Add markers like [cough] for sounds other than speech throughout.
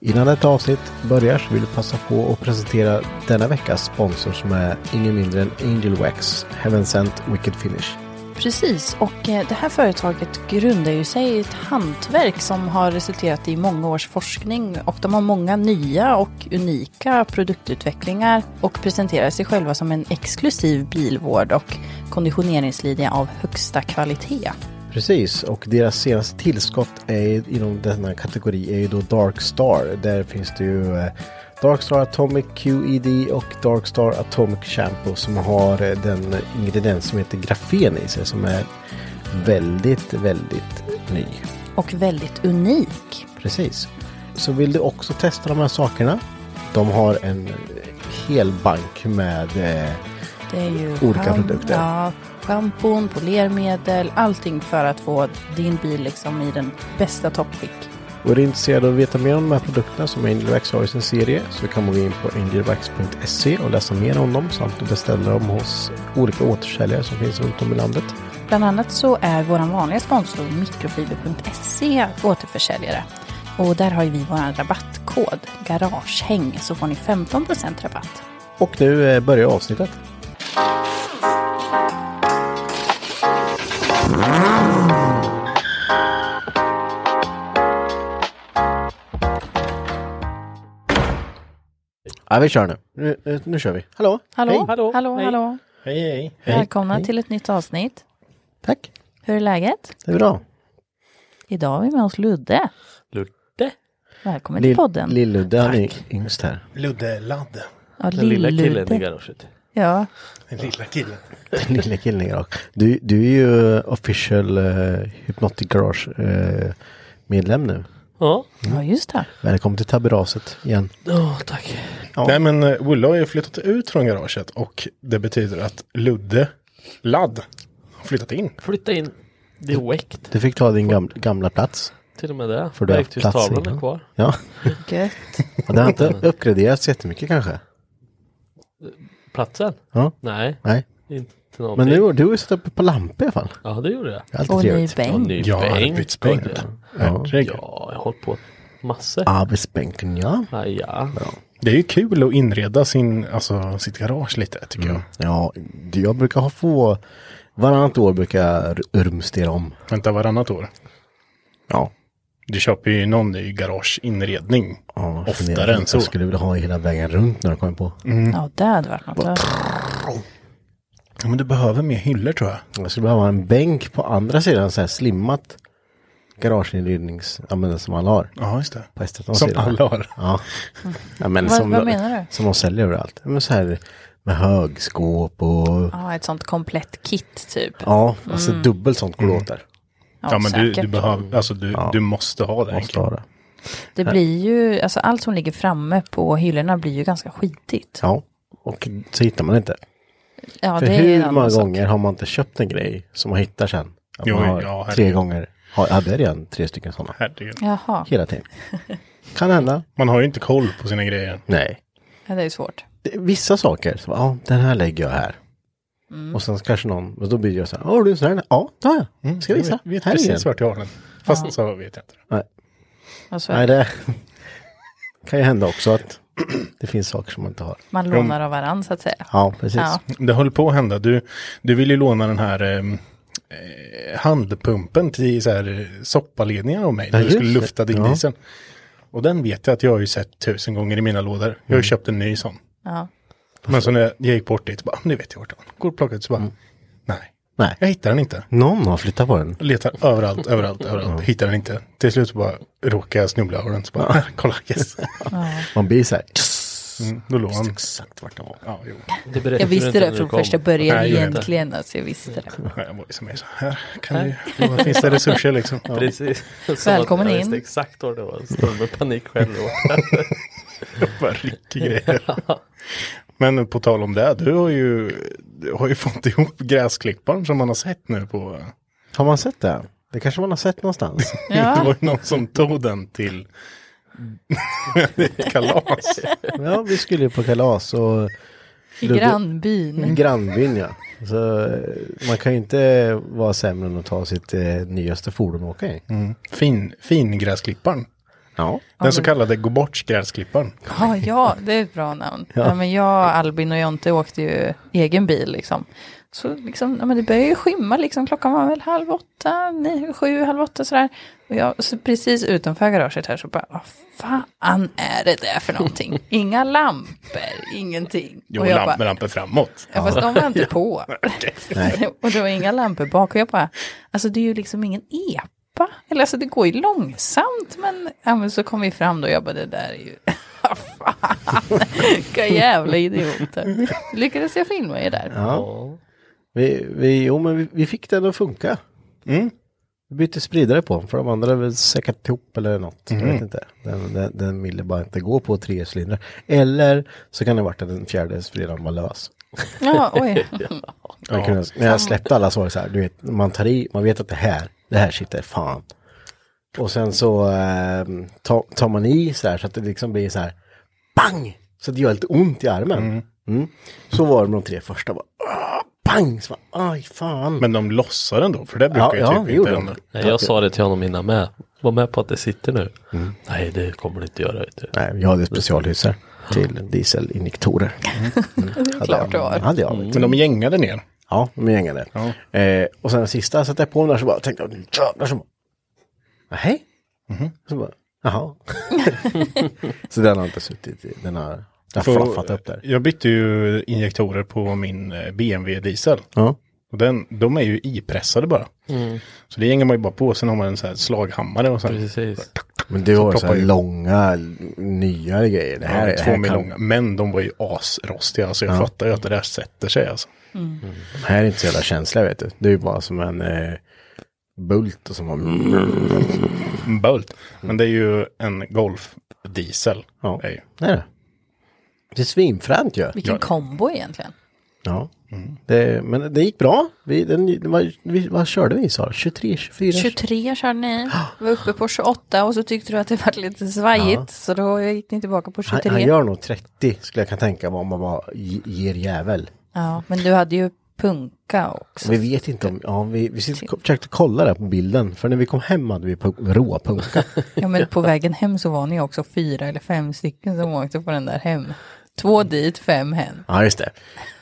Innan ett avsnitt börjar så vill vi passa på att presentera denna veckas sponsor som är ingen mindre än Angel Wax, Heaven Sent Wicked Finish. Precis, och eh, det här företaget grundar ju sig i ett hantverk som har resulterat i många års forskning och de har många nya och unika produktutvecklingar och presenterar sig själva som en exklusiv bilvård och konditioneringslinje av högsta kvalitet. Precis, och deras senaste tillskott är ju- inom denna kategori är ju då Dark Star. Där finns det ju eh, Dark Star Atomic QED och Dark Star Atomic Shampoo som har eh, den ingrediens som heter grafen i sig som är väldigt, väldigt ny. Och väldigt unik. Precis. Så vill du också testa de här sakerna? De har en hel bank med eh, Det är ju Olika schamp- produkter. Ja, schampon, polermedel, allting för att få din bil liksom i den bästa toppskick. Och är du intresserad av att veta mer om de här produkterna som Angelwax har i sin serie så kan man gå in på angelwax.se och läsa mer om dem samt beställa dem hos olika återförsäljare som finns runt om i landet. Bland annat så är vår vanliga sponsor mikrofiber.se återförsäljare. Och där har ju vi vår rabattkod, garagehäng, så får ni 15% rabatt. Och nu eh, börjar avsnittet. Ja, vi kör nu. Nu, nu, nu kör vi. Hallå? Hallå, Hej. hallå, hallå. Hej, hej. Välkomna Hej. till ett nytt avsnitt. Tack. Hur är läget? Det är bra. Idag har vi med oss Ludde. Ludde. Välkommen till podden. Lill-Ludde, han är yngst här. [laughs] Ludde Ladd. ja, Den lilla killen i Lill-Ludde. garaget. Ja, Den lilla killen. Den lilla killen i garage. Du, du är ju official eh, Hypnotic Garage-medlem nu. Ja. ja, just det. Välkommen till tabberaset igen. Ja, tack. Ja. Nej men eh, Olle har ju flyttat ut från garaget och det betyder att Ludde Ladd har flyttat in. Flytta in direkt. Du fick ta din gamla, gamla plats. Till och med det. För du har plats Verktygstavlan innan. är kvar. Ja. Gött. Och det [laughs] har inte uppgraderats jättemycket kanske? Platsen? Ja. Nej, Nej. inte någonting. Men nu, du har ju satt upp ett par lampor i alla fall. Ja, det gjorde jag. Det är alltid Och ny trevligt. Och bänk. ny Ja, bänk. arbetsbänk. och det. Ja. Herregud. Ja, jag har hållit på massor. Arbetsbänken, ja. Ja, ja. Det är ju kul att inreda sin, alltså, sitt garage lite tycker jag. Ja, det- jag brukar ha få... Varannat år brukar jag r- rumstera om. Vänta varannat år. Ja. Du köper ju någon ny garageinredning. ja jag funderar Oftare på än att så. Jag skulle vilja ha hela vägen runt när jag kommer på. Ja, det hade varit något. Ja, men du behöver mer hyllor tror jag. Jag skulle behöva en bänk på andra sidan, så här slimmat garageinrednings, ja men den som alla har. Ja, just det. På Estet, Som alla har. Mm. Ja. ja men Vad- som, vad de- menar du? Som de säljer överallt. Men så här med högskåp och Ja, ett sånt komplett kit typ. ja, alltså dubbelt sånt Mm. går åt där. Ja, men du, du säkert. behöver, alltså du, du måste ha det. Måste ha det. Det blir ju, alltså allt som ligger framme på hyllorna blir ju ganska skitigt. Ja, och så hittar man inte. Ja, För det är ju en hur annan många sak. gånger har man inte köpt en grej som man hittar sen? Att Jo, man har ja, herregud. tre gånger Har, hade redan tre stycken sådana. Herregud. Jaha, [laughs] Hela tiden. Kan hända. Man har ju inte koll på sina grejer. Nej. Ja, det är ju svårt. Det- Vissa saker, så, ja, den här lägger jag här. Mm. Och sen kanske någon, och då blir jag så här, "Ja, har du en sån här? Ja, det har jag. Mm. Ska jag visa? Jag vet här är precis den. vart jag har den. Fast så vet jag inte. Nej, Och så är nej, det. det [laughs] kan ju hända också att [clears throat] det finns saker som man inte har. Man lånar av varandra så att säga. Ja, precis. Ja. Det höll på att hända. Du, du ville ju låna den här ehm, eh, handpumpen till så här eh, soppaledningar av mig. Ja, När du skulle just det. lufta din Ja. diesel. Och den vet jag att jag har ju sett tusen gånger i mina lådor. Jag har Mm. ju köpt en ny sån. Ja. Men så när jag gick bort dit, bara, "Ah, nu vet jag vart den är." Går och plockar ut, så bara, nej, Mm. Nej, jag hittar den inte. någon har flyttat på den. Jag Letar överallt, [laughs] överallt, överallt, hittar den inte. Till slut så bara råkar jag snubbla över den, så bara, [laughs] kolla, yes. Man blir så här, Mm, då låg han. exakt vart den var. Ja, jo. Det berättar Jag du visste inte det när du från kom. första början Nej, jag vet. egentligen. Alltså, jag visste det. Jag var ju som är så här, kan du, då finns [laughs] det resurser liksom. Ja. Precis. [laughs] Som Välkommen att jag in. visste exakt var det var. Stod med panik själv. då. Bara rycker grejer. Men på tal om det, du har ju, du har ju fått ihop gräsklipparen som man har sett nu på... Har man sett det? Det kanske man har sett någonstans. [laughs] [laughs] Det var Ja, ju någon som tog den till [laughs] ett kalas. ja, vi skulle ju på kalas och i Mm. grannbyn. grannbyn ja. Så eh, man kan ju inte vara sämre än att ta sitt eh, nyaste fordon och åka i. Fin, fin gräsklipparen. Ja. Den så kallade gå bort gräsklipparen. Ja, ja, det är ett bra namn. Ja. men jag, Albin och Jonte åkte ju egen bil liksom. Så liksom, ja, men det började ju skymma liksom. Klockan var väl halv åtta, nio, sju, halv åtta sådär. Och jag, så precis utanför garaget här så bara, vad fan är det där för någonting? Inga lampor, ingenting. Jo, och jag lampor bara, lampor framåt. ja, fast de var inte [laughs] på. och det var inga lampor bak. Och jag bara, alltså det är ju liksom ingen epa. Eller alltså det går ju långsamt. Men, ja, men så kom vi fram då och jag bara, det där är ju... [laughs] Fan, vilka jävla idioter. Lyckades jag filma er där? Ja. Vi, vi, jo, men vi, vi fick den att funka. Mm. Vi bytte spridare på den, för de andra hade väl säkrat ihop eller något. Jag vet inte. Den, den, den ville bara inte gå på tre cylindrar. Eller så kan det ha varit att den fjärde spridaren var lös. Ja, [laughs] oj. Jag kunde, när jag släppte alla så var det så här, du vet, man tar i, man vet att det här, det här sitter fan. Och sen så eh, ta, tar man i så här så att det liksom blir så här, bang! Så att det gör lite ont i armen. Mm. Så var det med de tre första, bara, ah, bang! Så bara, aj fan. Men de lossar ändå, för det brukar ja, ju ja, typ det inte gjorde de. hända. Nej, jag sa det till honom innan med. Var med på att det sitter nu. Mm. Nej, det kommer det inte göra. Vet du. Nej, jag hade specialhyssar till dieselinjektorer. [laughs] Det är klart det Den var. hade jag. vet du. Men de gängade ner. Ja, de är gängade. Eh, och sen den sista satte jag på den där så bara tänkte jag, nu jävlar så bara, nej. Mhm. Så bara, [laughs] jaha. så den har inte suttit, i- den har, den har För- flaffat upp där. Jag bytte ju injektorer på min eh, BMW diesel. Ja, Och den, de är ju ipressade bara. Så det gänger man ju bara på. Sen har man en sån här slaghammare och sen Precis. men du har ju så här proppar ju- långa, l- nyare grejer. Det här, Ja, det två här mil kan- långa. Men de var ju asrostiga. Alltså jag fattar ju att det där sätter sig. Alltså. De här är inte så jävla känsliga vet du. Det är ju bara som en eh, bult och som har... En Bult. Men det är ju en golfdiesel. Ja, Det är ju. det är det. Det är svinfränt ju. Vilken kombo egentligen. Ja, Mm. det, men det gick bra. Vi, den, det var, vi, vad körde vi sa du? 23, 24? 23 körde ni, var uppe på 28 och så tyckte du att det var lite svajigt. Så då gick ni tillbaka på han, 23. han gör nog 30 skulle jag kunna tänka mig om man bara ge- ger jävel. Ja, men du hade ju punka också. Vi vet inte om, ja, vi, vi sitter, Typ. försökte kolla det på bilden för när vi kom hem hade vi [laughs] pu- råpunka. Ja, men på vägen hem så var ni också fyra eller fem stycken som åkte på den där hem. Två dit, fem hem. ja just det.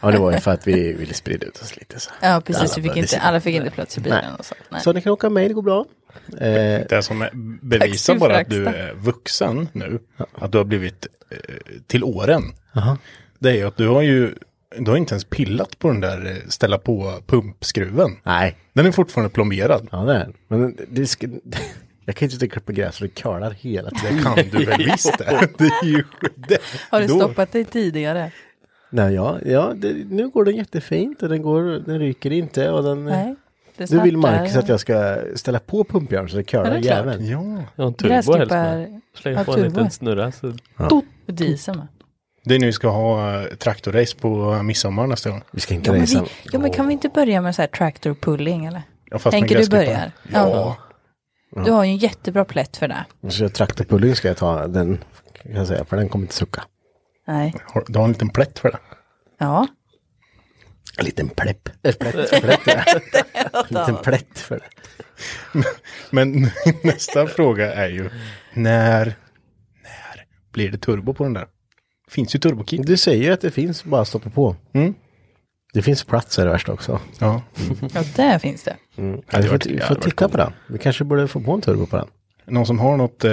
Ja det var ju för att vi ville sprida ut oss lite så. Ja, precis. Alla vi fick började inte, sitta. alla fick inte plats i bilen Nej. och sånt. Nej. Så ni kan åka med, det går bra. Eh, Det som är- Tack så bevisar mycket bara för att du Axta. är vuxen nu. Att du har blivit eh, till åren. Det är ju att du har ju du har inte ens pillat på den där eh, ställa på pumpskruven. nej, Den är fortfarande plomberad. ja det är den. Men det, det ska, [laughs] jag kan ju inte sitta och klippa gräs för det curlar [laughs] hela tiden. Det kan du [laughs] väl visst det. det, är ju, det Har du då- stoppat dig tidigare? Nej, ja, ja det, nu går den jättefint och den, går, den ryker inte och den... Nej. Det Nu vill startar- Marcus att jag ska ställa på pumpjärn så det Ja, curlar det är klart. jäveln. Ja, Jag har en turbo helst med. Gräsklippar Släng typ Ja, på en turbo. liten snurra. Så. och diesel med. det är nu vi ska ha eh, traktorrace på eh, midsommar nästa gång. Vi ska inte Ja men, vi, resa. ja, men kan vi inte börja med så här tractor pulling eller? Ja, fast med Henke, du gräsklippare. börjar. Ja. Ja. Du har ju en jättebra plätt för det. Så traktorpullingen ska jag ta den, kan jag säga, för den kommer inte sucka. Nej. Har- Du har en liten plätt för det. Ja. En liten pläpp. Eh, Plätt, plätt, ja. En liten plätt för det. Men [laughs] nästa fråga är ju när, när blir det turbo på den där? Finns ju turbokit. Du säger ju att det finns, bara stoppa på. Det finns plats är det värsta också. Ja. ja, där finns det. Ja, varit- vi får, vi det får hade varit titta på den. Vi kanske borde få på en turbo på den. Någon som har något eh,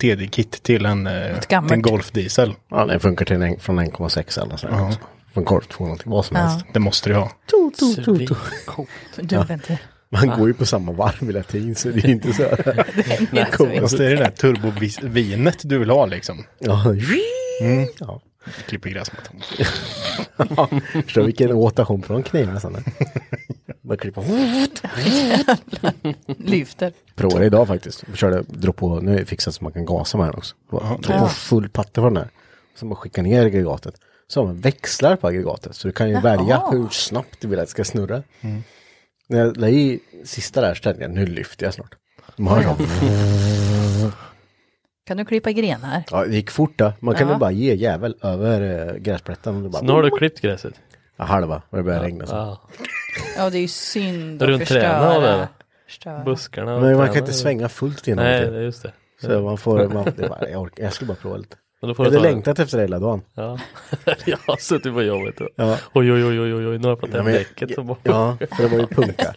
TD-kit till en, eh, till gammalt. en Golf Diesel? Ja, den funkar till en, från 1,6 eller så. Ja. Ja. Från korv 2 någonting, vad som helst. Det måste du ha. To, to, to, to. Du väntar. Man går ju på samma varv hela tiden så det är ju inte så. [laughs] Nej, Fast det är det där turbovinet du vill ha liksom. ja. ja. Klipper gräsmattan. Förstår vilken rotation på de knivarna [laughs] sen. Man klipper. Lyfter. Provade idag faktiskt. Vi körde, drog på, nu är det fixat så man kan gasa med den också. Drog på full patte från den här. Så man skickar ner aggregatet. Så har man växlar på aggregatet. Så du kan ju välja hur snabbt du vill att det ska snurra. Mm. När jag la i sista där så tänkte jag, nu lyfter jag snart. Man hör dem. Kan du klippa grenar? Ja, det gick fort då. Man kan Ja. ju bara ge jävel över eh, gräsplätten. Och det bara, Nu har du klippt gräset. Ja, halva, och det börjar regna. Så. Ja. Ja, det är ju synd Är du att en tränare, eller? förstöra. förstöra. Buskarna. Men man tränar. kan inte svänga fullt innan. Nej, Nej. det är just det. Så man får, man, det är bara, jag, orkar, jag skulle bara prova lite. Men då får Jag du hade ta den. längtat efter det hela dagen. Ja. [laughs] Jag har suttit på jobbet. och- Ja. Oj, oj, oj, oj, oj, oj, nu har jag fått hem men- däcket. och bara- [laughs] Ja, för det var ju [laughs] punka.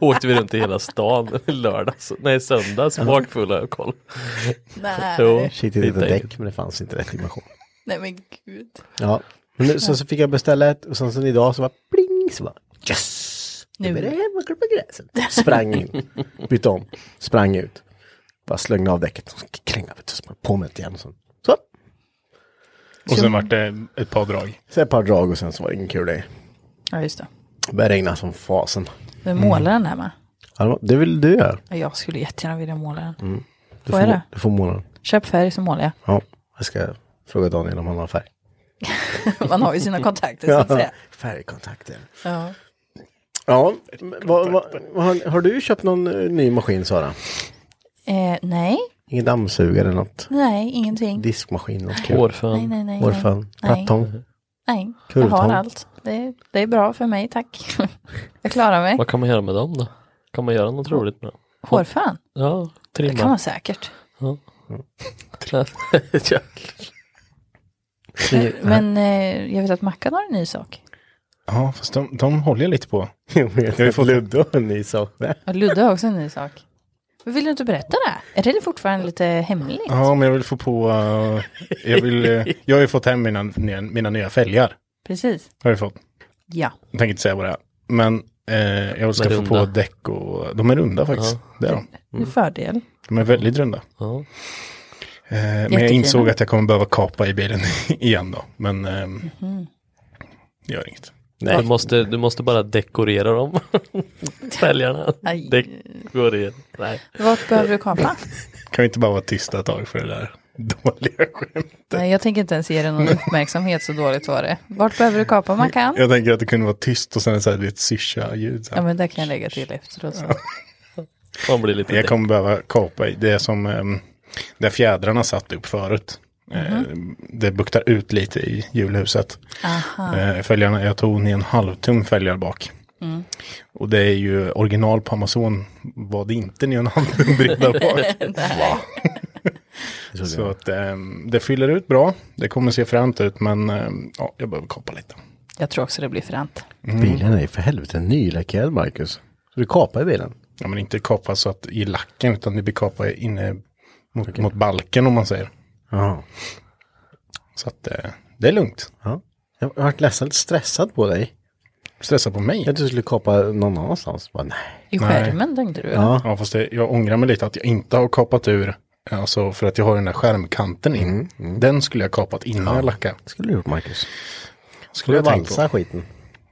åkte vi runt i hela stan lördags. Nej, söndags. Bakfulla och koll. Jo. Nej. Shit, jag hittade Hittade däck men det fanns inte rätt dimension. Nej, men gud. Ja, men nu, sen så fick jag beställa ett och sen, sen idag så var pling så bara yes! "Äh, Nu Nu. är det hemma och klippa gräset. Sprang in, bytte om, sprang ut. Bara slängde av däcket och krängade vet du, så bara på med det igen. och Så, så. Och sen vart det ett par drag. så ett par drag och sen så var det ingen kul längre. Ja, just det. Det började regna som fasen. Du målar den här med. Ja, det var- Det vill du göra. Ja, Jag skulle jättegärna vilja måla den. Du Vad får, är det? Du får måla den. Köp färg så målar jag. Ja, jag ska fråga Daniel om han har färg. [laughs] Man har ju sina kontakter så att säga. Färgkontakter. Ja. Ja, men vad- vad- vad har, har du köpt någon eh, ny maskin Sara? Eh, nej, Ingen dammsugare eller något? nej, ingenting. Diskmaskin, något kul? Nej, Hårfön. nej, nej. nej. Hårfön, plattång. Nej, jag Kurvtång. har [laughs] allt. Det, det är bra för mig, tack. [laughs] Jag klarar mig. Vad kan man göra med dem då? Kan man göra något roligt med dem? Hårfön, Ja, det kan man trimma. säkert. ja. Men eh, jag vet att Mackan har en ny sak. Ja, fast de, de håller jag lite på. Jag vet har ju att fått- Ludde har en ny sak där. Och Ludde har också en ny sak. Men vill du inte berätta det? Är det fortfarande lite hemligt? Ja, men jag vill få på... eh, jag, vill, eh, jag har ju fått hem mina, mina nya fälgar. Precis. Har jag fått. Ja. Jag tänker inte säga vad det är. Men eh, jag ska De är få på runda. däck och... De är runda faktiskt. Det är de. Det är fördel. De är väldigt runda. [laughs] Ja. Eh, men jag Jättefina. insåg att jag kommer behöva kapa i bilen [laughs] igen då. Men ehm, det gör inget. Du, måste, du måste bara dekorera dem. Fälgarna. Aj. Dekorera. Nej. Vart behöver du kapa? Kan vi inte bara vara tysta ett tag för det där [laughs] dåliga skämtet? Nej, jag tänker inte ens ge dig någon uppmärksamhet, så dåligt var det. Vart behöver du kapa Mackan? Jag tänker att det kunde vara tyst och sen så här, det är ett syscha-ljud. så här. Ja, men det kan jag lägga till efteråt. så. Man blir lite Jag kommer behöva kapa i det som ehm, där fjädrarna satt upp förut. Eh, Det buktar ut lite i julhuset. Eh, Fälgarna, jag tog ner en halvtum fälgar bak. Och det är ju original på Amazon var det inte ner en halvtum breda bak. Så att ehm, det fyller ut bra. Det kommer se fränt ut men ehm, ja, jag behöver kapa lite. Jag tror också det blir fränt. Bilen är ju för helvete nylackerad Marcus. Så du kapar i bilen? Ja, men inte kapa så att i lacken utan det blir kapa inne mot, mot balken om man säger. Ja. Så att eh, det är lugnt. ja. Jag har varit nästan lite stressad på dig. Stressa på mig. Jag trodde du skulle kapa någon annanstans. Bara, nej. I skärmen tänkte du? Ja. Ja, fast det, jag ångrar mig lite att jag inte har kapat ur. Alltså för att jag har den där skärmkanten in. Den skulle jag kapat innan jag lackade. Det skulle du gjort Marcus. Skulle Skulle jag du tänkt valsa på. skiten?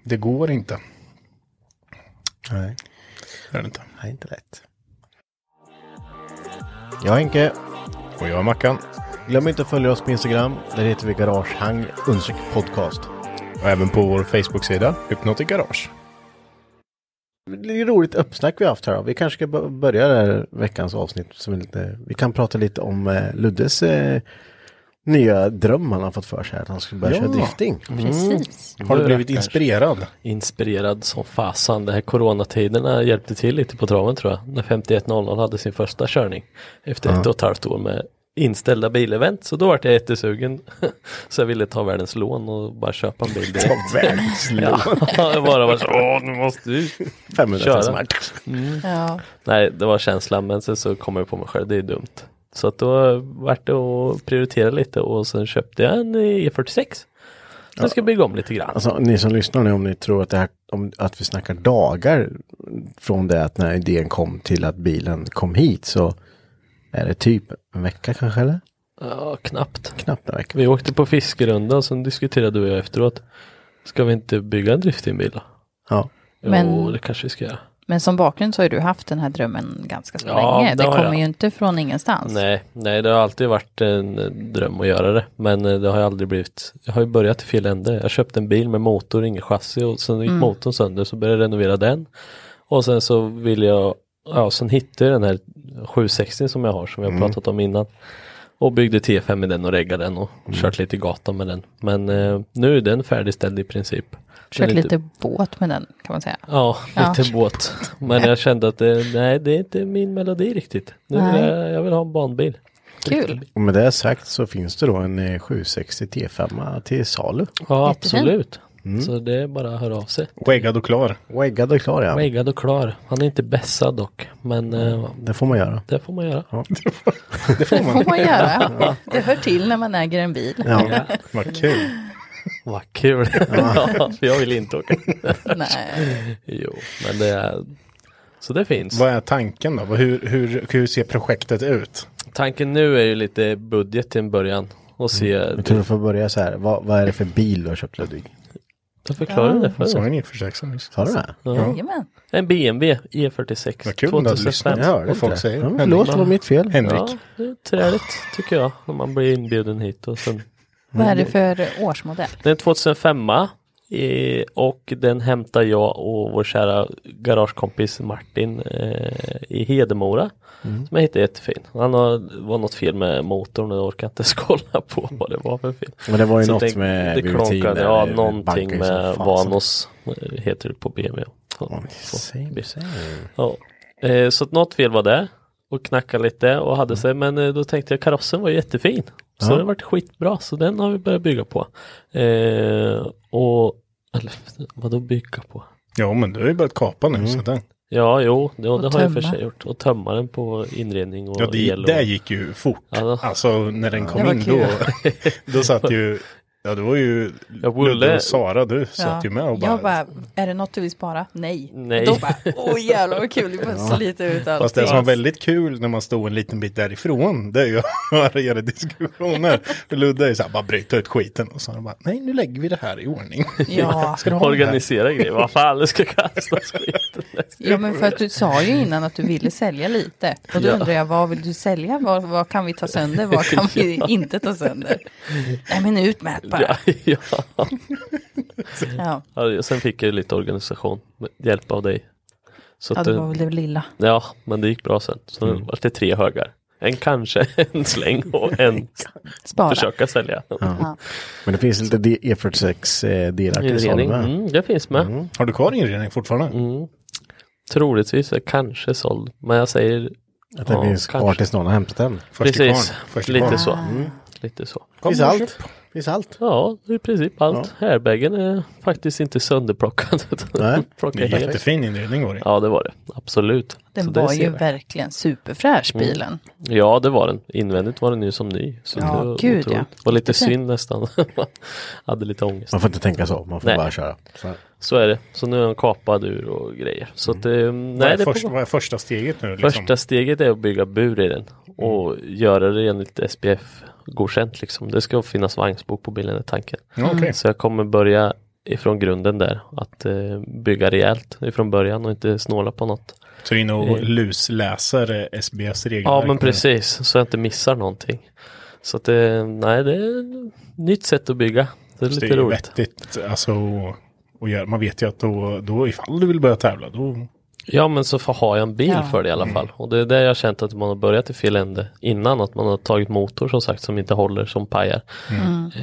Det går inte. Nej. Det är det inte. Nej, inte rätt. Jag är Henke. Och jag är Mackan. Glöm inte att följa oss på Instagram. Där heter vi Garagehang Podcast. Och även på vår Facebook-sida Hypnot i Garage. Det är roligt uppsnack vi har haft här. Vi kanske ska bör- börja det här veckans avsnitt. Som är lite, vi kan prata lite om eh, Luddes eh, nya dröm han har fått för sig. Att han skulle börja Ja. köra drifting. Precis. Har du Det blivit kanske. inspirerad? Mm. Inspirerad som fasan. Det här coronatiderna hjälpte till lite på traven tror jag. När 5100 hade sin första körning. Efter ett och ett halvt år med inställda bilevent. Så då vart jag jättesugen. [laughs] Så jag ville ta världens lån och bara köpa en [laughs] bil direkt. Ta världens lån? Ja, jag bara var [laughs] så, åh nu måste du 500 Köra. timmar. Ja. Nej, det var känslan men sen så kom jag på mig själv, det är dumt. Så att då vart det att prioritera lite och sen köpte jag en E46. Så jag ska bygga om lite grann. Alltså ni som lyssnar nu om ni tror att, det här, om, att vi snackar dagar från det att när idén kom till att bilen kom hit så är det typ en vecka kanske eller? Ja, knappt. Knappt en vecka. Vi åkte på fiskerunda och sen diskuterade du och jag efteråt. Ska vi inte bygga en driftingbil då? Ja. Jo, Men- det kanske vi ska göra. Men som bakgrund så har ju du haft den här drömmen ganska så Ja, länge. det Det har kommer jag. ju inte från ingenstans. Nej, nej, det har alltid varit en eh, dröm att göra det. Men eh, det har ju aldrig blivit. Jag har ju börjat i fel ände. Jag köpte en bil med motor, inget chassi och sen gick Mm. motorn sönder så började jag renovera den. Och sen så ville jag, ja sen hittade jag den här 760 som jag har som jag Mm. har pratat om innan. Och byggde T5 i den och reggade den och Mm. kört lite gata med den. Men eh, nu är den färdigställd i princip. Den är Kört inte- lite båt med den kan man säga. Ja, Ja. lite båt. Men jag kände att det, nej, det är inte min melodi riktigt. Nu vill Nej. jag, jag vill ha en banbil. Kul. Och med det sagt så finns det då en eh, 760 T5 till salu. Ja, Jättefin. absolut. Så det är bara att höra av sig. Skäggad och klar. Weggad och klar ja. Väggad och klar. Han är inte bässad dock, men eh, Det får man göra. det får man göra. Det får man. får man göra. Det hör till när man äger en bil. Ja. Vad kul. Vad kul. [laughs] ja, för jag vill inte åka. Nej. jo, men det är... Så det finns. Vad är tanken då? Vad- Hur, hur, hur ser projektet ut? Tanken nu är ju lite budget till en början. Och se. Jag tror du får börja så här. Vad, vad är det för bil du har köpt Ludvig? Jag förklarar det Jag för sa dig. ju ni för sex år nyss. Sa du det? Jajamän. En BMW E46 Vad kul att du hade lyssnat. 2005. Jag hörde Vad folk inte. säger. Ja, men förlåt, det var mitt fel. Henrik. Ja, det är träligt tycker jag. När man blir inbjuden hit och sen Vad är det för årsmodell? Det är en 2005 eh, och den hämtar jag och vår kära garagekompis Martin eh, i Hedemora. Mm. Som jag hittade jättefin. Han har, det var något fel med motorn och jag orkar inte [laughs] ens kolla på vad det var för fel. Men det var ju Så något tänk- med det VVT klonkade, där, Ja, det någonting bankar ju som med fasen. Vanos eh, heter det på BMW. Ja, så. Same, same. Ja. Eh, så att något fel var det och knackade lite och Mm. hade sig men eh, då tänkte jag karossen var ju jättefin. Så Ja. den varit skitbra så den har vi börjat bygga på. Eh, och eller, vadå bygga på? Ja, men du har ju börjat kapa nu. Så den. Ja, jo, det, Och det har jag för tömma. sig gjort. Och tömma den på inredning och Ja, det, el. Och, det gick ju fort. Ja, då. Alltså när den Det kom var in kul. då, [laughs] då satt ju, ja det var ju Jag ville- Ludde och Sara, du satt ju med och bara, Jag bara, är det något du vill spara? Nej. Nej. Då bara, åh jävlar vad kul, vi bara sliter ut allt. Fast det som var väldigt kul när man stod en liten bit därifrån, det är ju [laughs] att höra era diskussioner. För Ludde är ju så här, bara bryta ut skiten. Och så han bara, nej nu lägger vi det här i ordning. Ja. [laughs] Ska du ha det här? Organisera grejer, vad fan det ska kastas skiten. ja, men för att du sa ju innan att du ville sälja lite. Och då Ja. undrar jag, vad vill du sälja? Vad, vad kan vi ta sönder? Vad kan vi inte ta sönder? Nej, men ut med det bara. [laughs] Ja, ja. Ja, Ja, sen fick jag ju lite organisation med hjälp av dig. Så ja att eh, det du- var väl det lilla. Ja, men det gick bra sen. Så det var det tre högar. En kanske, [laughs] en släng och en Spara. försöka sälja. Ja. Men det finns lite D- E46 eh, delar till salu Inredning, med. mm, det finns med. Har du kvar inredning fortfarande? Mm, Troligtvis är kanske såld, men jag säger Att det Ja, finns kvar kanske. tills någon har hämtat den. Det Först till precis, kvarn, först till lite kvarn. så. Mm. Lite så. finns och allt. Det finns allt. Ja, i princip allt. Airbagen är faktiskt inte sönderplockad. [laughs] Nej, Det Plockad är helt. jättefin inredning var det. Ja, det var det. Absolut. Så Den det var ser ju jag. verkligen superfräsch bilen. Ja, det var den. Invändigt var den ju som ny. Så Ja, det var gud, otroligt. ja. Det var lite Jättefin. synd nästan. [laughs] Hade lite ångest. Man får inte tänka så. Man får Nej. bara köra. Så här. Så är det. Så nu är han kapad ur och grejer. Så att, eh, nej, vad, det är är på först, gång. vad är Mm. första steget nu? Liksom? Mm. Första steget är att bygga bur i den och göra det enligt SPF godkänt liksom. Det ska finnas vagnsbok på bilen är tanken. Ja, okej. Så jag kommer börja ifrån grunden där. Att eh, bygga rejält ifrån början och inte snåla på något. Så in och lusläser eh, SBS regelverk. Ja men nu. precis, så jag inte missar någonting. Så att eh, nej, det är ett nytt sätt att bygga. Det är Så lite det är ju roligt. vettigt. Alltså, och gör. Man vet ju att då, då ifall du vill börja tävla då Ja men så får, har jag en bil Ja. för det i alla fall. Och det är det jag har känt att man har börjat i fel ände innan. Att man har tagit motor som sagt som inte håller, som pajar.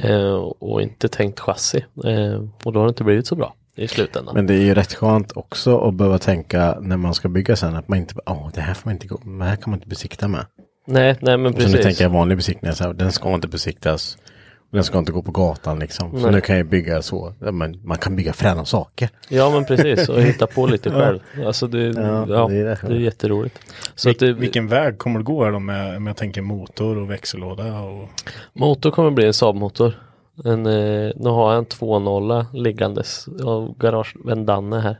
Eh, och inte tänkt chassi. Eh, och då har det inte blivit så bra i slutändan. Men det är ju rätt skönt också att behöva tänka när man ska bygga sen att man inte, ja det här får man inte gå, det här kan man inte besikta med. nej, nej men Så nu precis. tänker jag vanlig besiktning, så här, den ska inte besiktas. Den ska inte gå på gatan liksom. Så Nej. nu kan jag bygga så. Ja, men man kan bygga fräna saker. Ja men [laughs] precis och hitta på lite själv. Alltså det, ja, det det, är är det. jätteroligt. Så att det, Vilken väg kommer det gå här då med, med jag tänker motor och växellåda och Motor kommer bli en Saab-motor. En, eh, nu har jag en 2.0 liggandes av garage, en Danne här.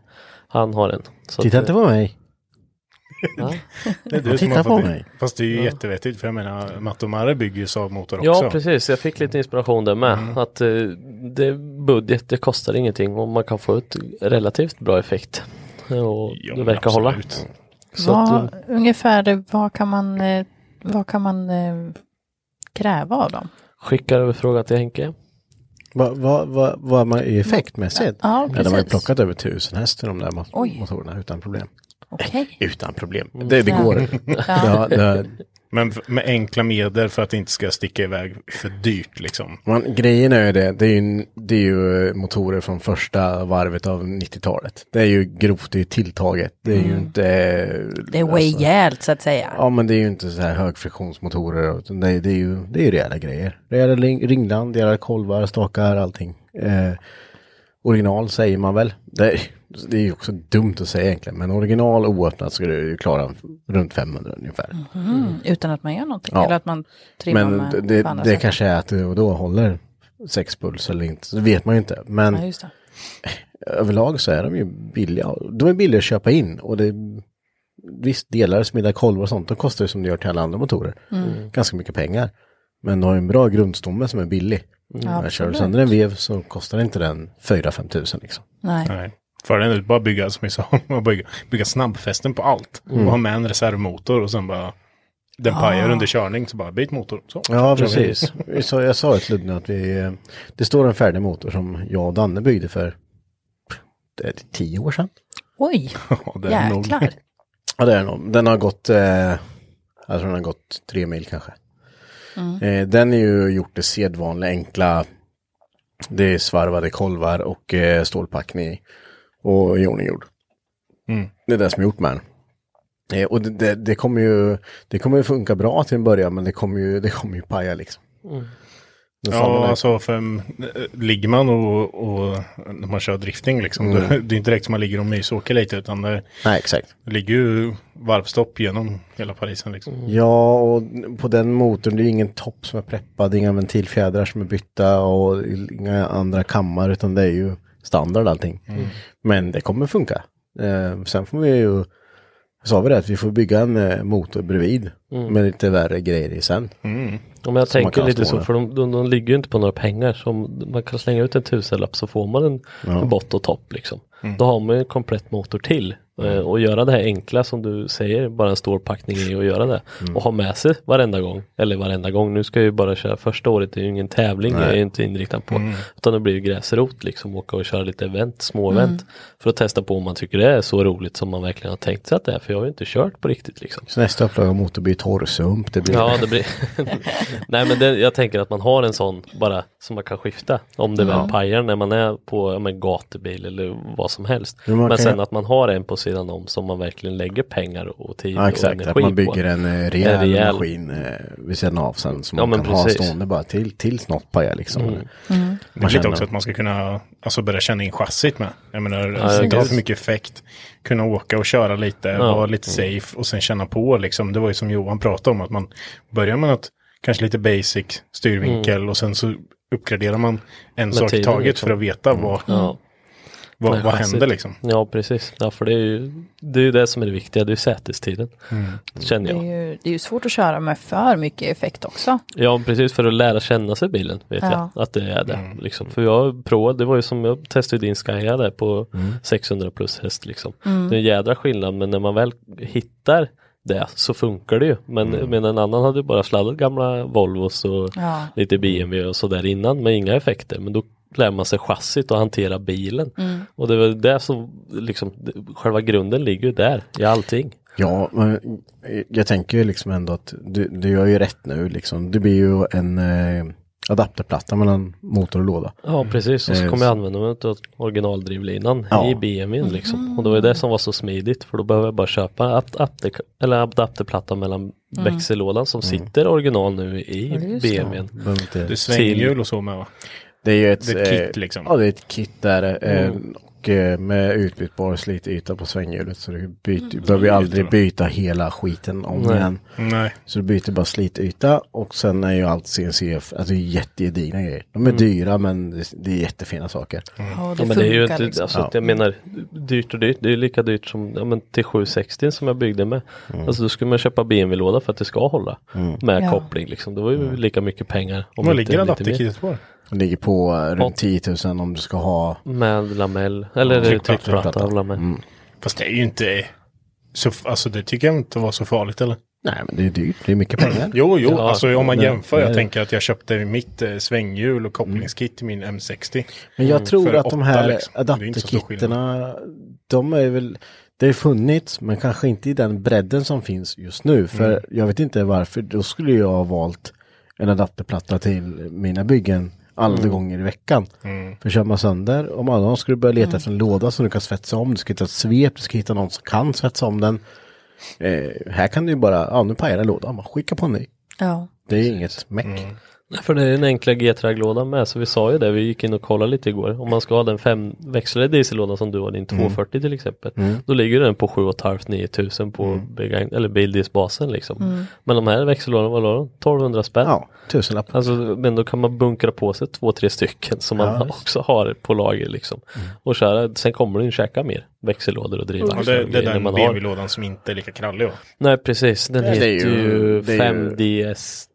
Han har en. Så Titta att, inte på mig. ja. Det är du Ja, som titta har fått på det. mig. Fast det är ju jättevettigt för jag menar Matt och Mare bygger ju Saab-motor också. Mm. Ja precis, jag fick lite inspiration där med. Att eh, det, budget, det kostar ingenting och man kan få ut relativt bra effekt. Och Ja, det men verkar hålla. absolut. Så Vad, att, eh, ungefär vad kan man, eh, vad kan man eh, kräva av dem? skickar över fråga till Henke. Vad va, va, va man är effektmässigt. Ja, Ja, de har ju precis. plockat över tusen häst i de där mot- Oj. motorerna utan problem. Okej. [laughs] Utan problem. Mm. Det, det Ja. går. Ja, det, Men f- med enkla medel för att det inte ska sticka iväg för dyrt liksom. man, grejen är ju det, det är ju, det är ju motorer från första varvet av 90-talet. Det är ju grovt, det är ju tilltaget. Det är ju inte... Det är way rejält så att säga. Alltså. Ja men det är ju inte så här högfriktionsmotorer. utan Det, det, är ju, det är ju rejäla grejer. Rejäla ring- ringland, rejäla kolvar, stakar, allting. Eh, original säger man väl. Det, är- det är ju också dumt att säga egentligen. Men original oöppnat skulle du ju klara runt 500 ungefär. Mm, utan att man gör någonting. Ja. Eller att man trimmar men med det, det, på andra det sätt. kanske är att du och då håller sex puls eller inte. Det vet man ju inte. Men Ja, just det. överlag så är de ju billiga. De är billiga att köpa in och det visst delar, smidda kolvar och sånt, de kostar ju som det gör till alla andra motorer. Ganska mycket pengar. Men du har ju en bra grundstomme som är billig. Ja, Men Mm, kör du Mm. absolut. sönder en vev så kostar inte den 4-5 tusen liksom. Nej. Nej. Fördelen är att bara bygga, som vi sa, [laughs] bara bygga, bygga snabbfästen på allt. Mm. Och ha med en reservmotor och sen bara den pajar under körning så bara byt motor. Så. Ja, precis. Vi sa- jag sa i slutet nu att vi, eh, det står en färdig motor som jag och Danne byggde för det är tio år sedan. Oj, Ja, det är nog. [laughs] jäklar. Ja, det är nog. Den har gått, eh, jag tror den har gått tre mil kanske. Eh, den är ju gjort det sedvanliga enkla. Det är svarvade kolvar och eh, stålpackning i. och iordninggjord. Mm. Det är det som är gjort med den. Eh, och det, det, det kommer ju, det kommer ju funka bra till en början men det kommer ju, det kommer ju paja liksom. Men samma Ja, där. alltså för, mm, ligger man och, och när man kör drifting liksom, Mm. då, [laughs] det är inte direkt som man ligger och mysåker lite utan det Nej, exakt. ligger ju varvstopp genom hela Parisen liksom. Mm. Mm. Ja, och på den motorn, det är ju ingen topp som är preppad, inga ventilfjädrar som är bytta och inga andra kammar, utan det är ju standard allting. Mm. Men det kommer funka. Eh, sen får vi ju, sa vi det, att vi får bygga en eh, motor bredvid Mm. med lite värre grejer i sen. Om jag tänker kan lite stå så, där. för de, de, de ligger ju inte på några pengar. Så om man kan slänga ut en tusenlapp så får man en, en bott och topp liksom. Då har man ju en komplett motor till. Eh, Och göra det här enkla som du säger, bara en stor packning i och göra det. Och ha med sig varenda gång, eller varenda gång. Nu ska jag ju bara köra första året, det är ju ingen tävling, jag är ju inte inriktad på. Utan det blir ju gräsrot liksom, åka och köra lite event, små event. För att testa på om man tycker det är så roligt som man verkligen har tänkt sig att det är. För jag har ju inte kört på riktigt liksom. Så nästa upplaga av motor blir torrsump, det blir... Ja, det blir... [laughs] Nej, men det, jag tänker att man har en sån bara som man kan skifta om det väl pajar när man är på ja, men, gatubil eller vad som helst. Men Men, man kan sen ju- att man har en på sidan om som man verkligen lägger pengar och tid Ja, och exakt, energi att man på. bygger en eh, rejäl, En rejäl- maskin eh, vid sidan av sen som Ja, man men kan ha precis. Mm. stående bara till, tills något pajar liksom. Det är lite känner- också att man ska kunna alltså, börja känna in chassit med. Jag menar, ja, alltså, inte ha precis. för mycket effekt. Kunna åka och köra lite, Ja. Mm. vara lite safe och sen känna på liksom. Det var ju som Johan pratade om, att man börjar med något, kanske lite basic styrvinkel och sen så uppgraderar man en sak i Mm. tiden, taget liksom. för att veta vad, Ja. vad, med vad chassit. händer liksom. Ja, precis. Ja, för det är ju det, är ju det som är det viktiga, det är ju sätestiden. Mm. Känner Det är, jag. ju, det är ju svårt att köra med för mycket effekt också. Mm. Ja, precis för att lära känna sig bilen vet Ja. jag att det är det. Liksom. För jag provade, det var ju som jag testade din Skyha där på 600 plus häst liksom. Mm. Det är en jädra skillnad men när man väl hittar det så funkar det ju. Men, men en annan hade ju bara sladdat gamla Volvos och Ja. lite BMW och sådär innan med inga effekter. Men då lär man sig chassit och hantera bilen. Mm. Och det var det som, liksom, själva grunden ligger ju där i allting. Ja, men jag tänker ju liksom ändå att du, du gör ju rätt nu liksom. Det blir ju en eh, adapterplatta mellan motor och låda. Ja precis, och så Eh, kommer så- jag använda mig av originaldrivlinan Ja. i BMWn Mm. liksom. Och det var ju det som var så smidigt för då behöver jag bara köpa ad- adapter, eller adapterplatta mellan Mm. växellådan som Mm. sitter original nu i BMWn. Behöver inte- Det är svänghjul och så med va? Det är ju ett, Det är ett eh, kit, liksom. Mm. Ja, det är ett kit där. eh, Och eh, med utbytbar slityta på svänghjulet. Så du, byter, du behöver ju aldrig byta hela skiten om Nej. igen. Mm. Nej. Så du byter bara slityta och sen är ju allt CNCF, alltså det är jättegedigna grejer. De är Mm. dyra men det, det är jättefina saker. Och det Ja, men funkar det är ju inte, liksom. alltså, Ja. jag menar, dyrt och dyrt, det är lika dyrt som ja, men till 760 som jag byggde med. Mm. Alltså då skulle man köpa BMW-låda för att det ska hålla med Ja. koppling liksom. Det var Mm. ju lika mycket pengar. Vad om inte ligger lite mer. adapterkitet på? De ligger på eh, runt Och- 10 000 om du ska ha. Med lamell, eller Tryckplatta. tryckplatta av Mm. lamell. Fast det är ju inte... Så, alltså det tycker jag inte var så farligt eller? Nej men det är dyrt, det är mycket pengar. Jo, jo, Ja, alltså om man nej, jämför. nej. Jag tänker att jag köpte mitt eh, svänghjul och kopplingskit till min M60. Men jag tror Mm. För att de åtta, här liksom. Det är inte så stor adapterkitterna, de är väl, det har funnits men kanske inte i den bredden som finns just nu. För Mm. jag vet inte varför, då skulle jag ha valt en adapterplatta till mina byggen alla Mm. gånger i veckan. För kör man sönder, om alla skulle börja Mm. leta efter en låda som du kan svetsa om, du ska hitta ett svep, du ska hitta någon som kan svetsa om den. Eh, här kan du ju bara, ja nu pajar lådan, man skickar på en ny. Ja. Det är inget meck. Mm. Nej, För det är den enkla G-traglådan med, så vi sa ju det, vi gick in och kollade lite igår. Om man ska ha den femväxlade diesellådan som du har, din 240 till exempel, då ligger den på 7,5-9 000 på begagn- eller bildisbasen liksom. Men de här växellådorna, vad la de? 1200 spänn? Ja, tusenlapp. Alltså, men då kan man bunkra på sig två, tre stycken som man också har på lager liksom. Och köra, sen kommer du ju käka mer växellådor och driva. Ja, det, det är den man har. BMW-lådan som inte är lika krallig. va? Nej precis, den är heter ju- ju det är ju- 5DS.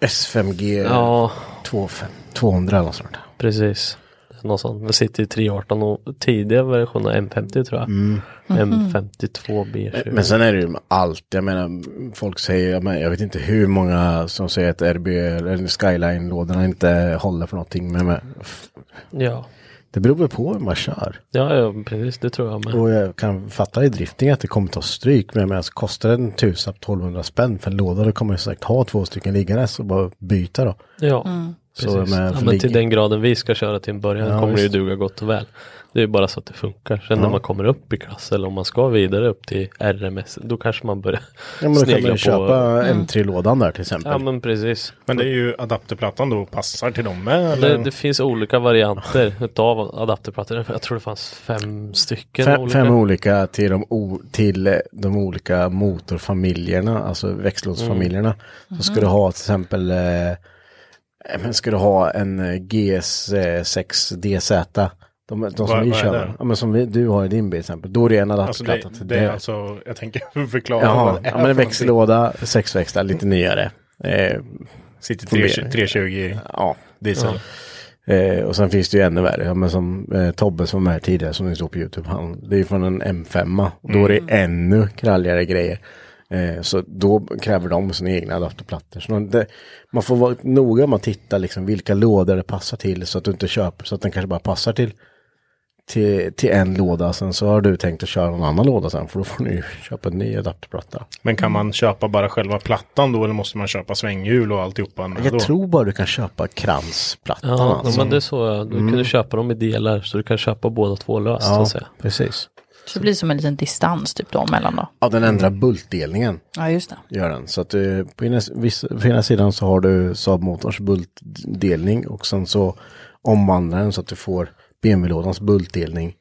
S5G Ja, 25, 200 eller något sånt. Precis. Någon sån. Det sitter i 318 och tidigare version av M50 tror jag. M52B20. Mm. Eh, Men sen är det ju med allt. Jag menar, folk säger, jag, menar, jag vet inte hur många som säger att RB eller Skyline-lådorna inte håller för någonting. Men, men f- ja. det beror väl på hur man kör. Ja, ja, precis det tror jag med. Och jag kan fatta i drifting att det kommer ta stryk. Men jag menar, så kostar det en tusen, 1200 spänn för en låda, då kommer jag säkert ha två stycken liggandes och bara byta då. Ja, Så precis. med ja, men förlig- till den graden vi ska köra till en början Ja, kommer visst. det ju duga gott och väl. Det är ju bara så att det funkar. Sen när man kommer upp i klass eller om man ska vidare upp till RMS, då kanske man börjar Ja, men då kan snegla man ju på. köpa M3-lådan där till exempel. Ja, men precis. Men det är ju adapterplattan då passar till dem med. Det, Eller? det finns olika varianter utav adapterplattor. Jag tror det fanns fem stycken. Fem, olika. fem olika till de, o, till eh, de olika motorfamiljerna, alltså växellådsfamiljerna. Mm. Mhm. Så ska du ha till exempel, eh, eh, men ska du ha en eh, GS6 DZ, de, de som Vad- vi vad är kör, det? ja, men som vi, du har i din bil till exempel, då är det en alltså, adapterplatta det, till det är alltså, jag tänker [laughs] förklara. Jaha, vad det är ja, men för en växellåda, sexväxlar, lite nyare. Eh, någonting. Sitter 320 320 ja, diesel. Eh, och sen finns det ju ännu värre, ja, men som eh, Tobbe som var med tidigare som ni såg på YouTube, han, det är från en M5. Och då är Mm. det ännu kralligare grejer. Eh, så då kräver de sina egna adapterplattor. Så de- det, man får vara noga med att titta liksom, vilka lådor det passar till så att du inte köper, så att den kanske bara passar till, till, till en låda. Sen så har du tänkt att köra någon annan låda sen för då får ni ju köpa en ny adapterplatta. Men kan man köpa bara själva plattan då eller måste man köpa svänghjul och alltihopa? med Jag då? tror bara du kan köpa kransplattan. Ja, alltså. men det är så. ja. Du kan du köpa dem i delar så du kan köpa båda två löst. så ja att säga. precis. Så det blir som en liten distans typ då mellan då. Ja, den ändrar Mm. bultdelningen. Ja, just det. gör den. Så att eh, på ena, viss, på ena sidan så har du Saab Motors bultdelning och sen så omvandlar den så att du får BMW-lådans bultdelning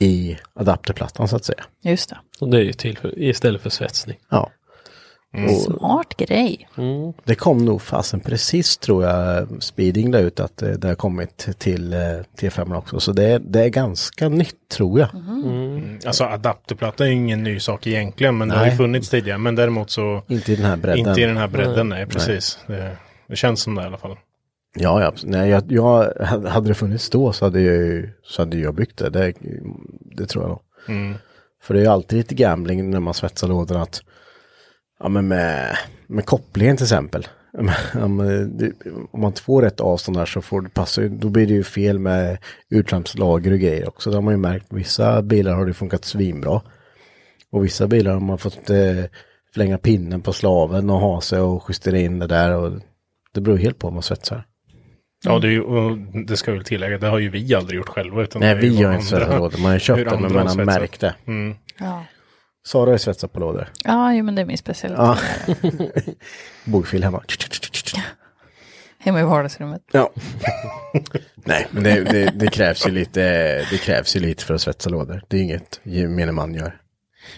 i adapterplattan så att säga. Just det. Och det är ju till för, istället för svetsning. Ja. Och Smart grej. det kom nog fasen precis tror jag Speeding la ut att eh, det har kommit till eh, T5 också. Så det är, det är ganska nytt tror jag. Alltså adapterplatta är ju ingen ny sak egentligen, men det har ju Nej. funnits tidigare. Men däremot så Inte i den här bredden. inte i den här bredden, nej, precis. Det, det känns som det i alla fall. Ja, ja. Nej, jag, jag, hade det funnits då så hade jag, ju- så hade jag byggt det. Det, det tror jag nog. För det är ju alltid lite gambling när man svetsar lådorna att ja, men med, med kopplingen till exempel. [laughs] Om, eh, det- om man får rätt avstånd där så får det passa. ju- Då blir det ju fel med urtrampslager och grejer också. Det har man ju märkt. Vissa bilar har det funkat svinbra. Och vissa bilar har man fått eh, förlänga pinnen på slaven och ha sig och justera in det där. Och det beror helt på om man svetsar. Ja, det, är ju, och det ska jag väl tillägga, det har ju vi aldrig gjort själva. Utan Nej, det är ju vi vad gör inte andra- svetsat lådor. Man har köpt hur dem, men andra man har svetsar. märkt det. Mm. Ja. Sara har svetsat på lådor. ja, jo, men det är min specialitet. [laughs] Ja. Bogfil hemma. Hemma i vardagsrummet. [laughs] Ja. Nej, men det, det, det krävs ju lite, det krävs ju lite för att svetsa lådor. Det är inget gemene man gör.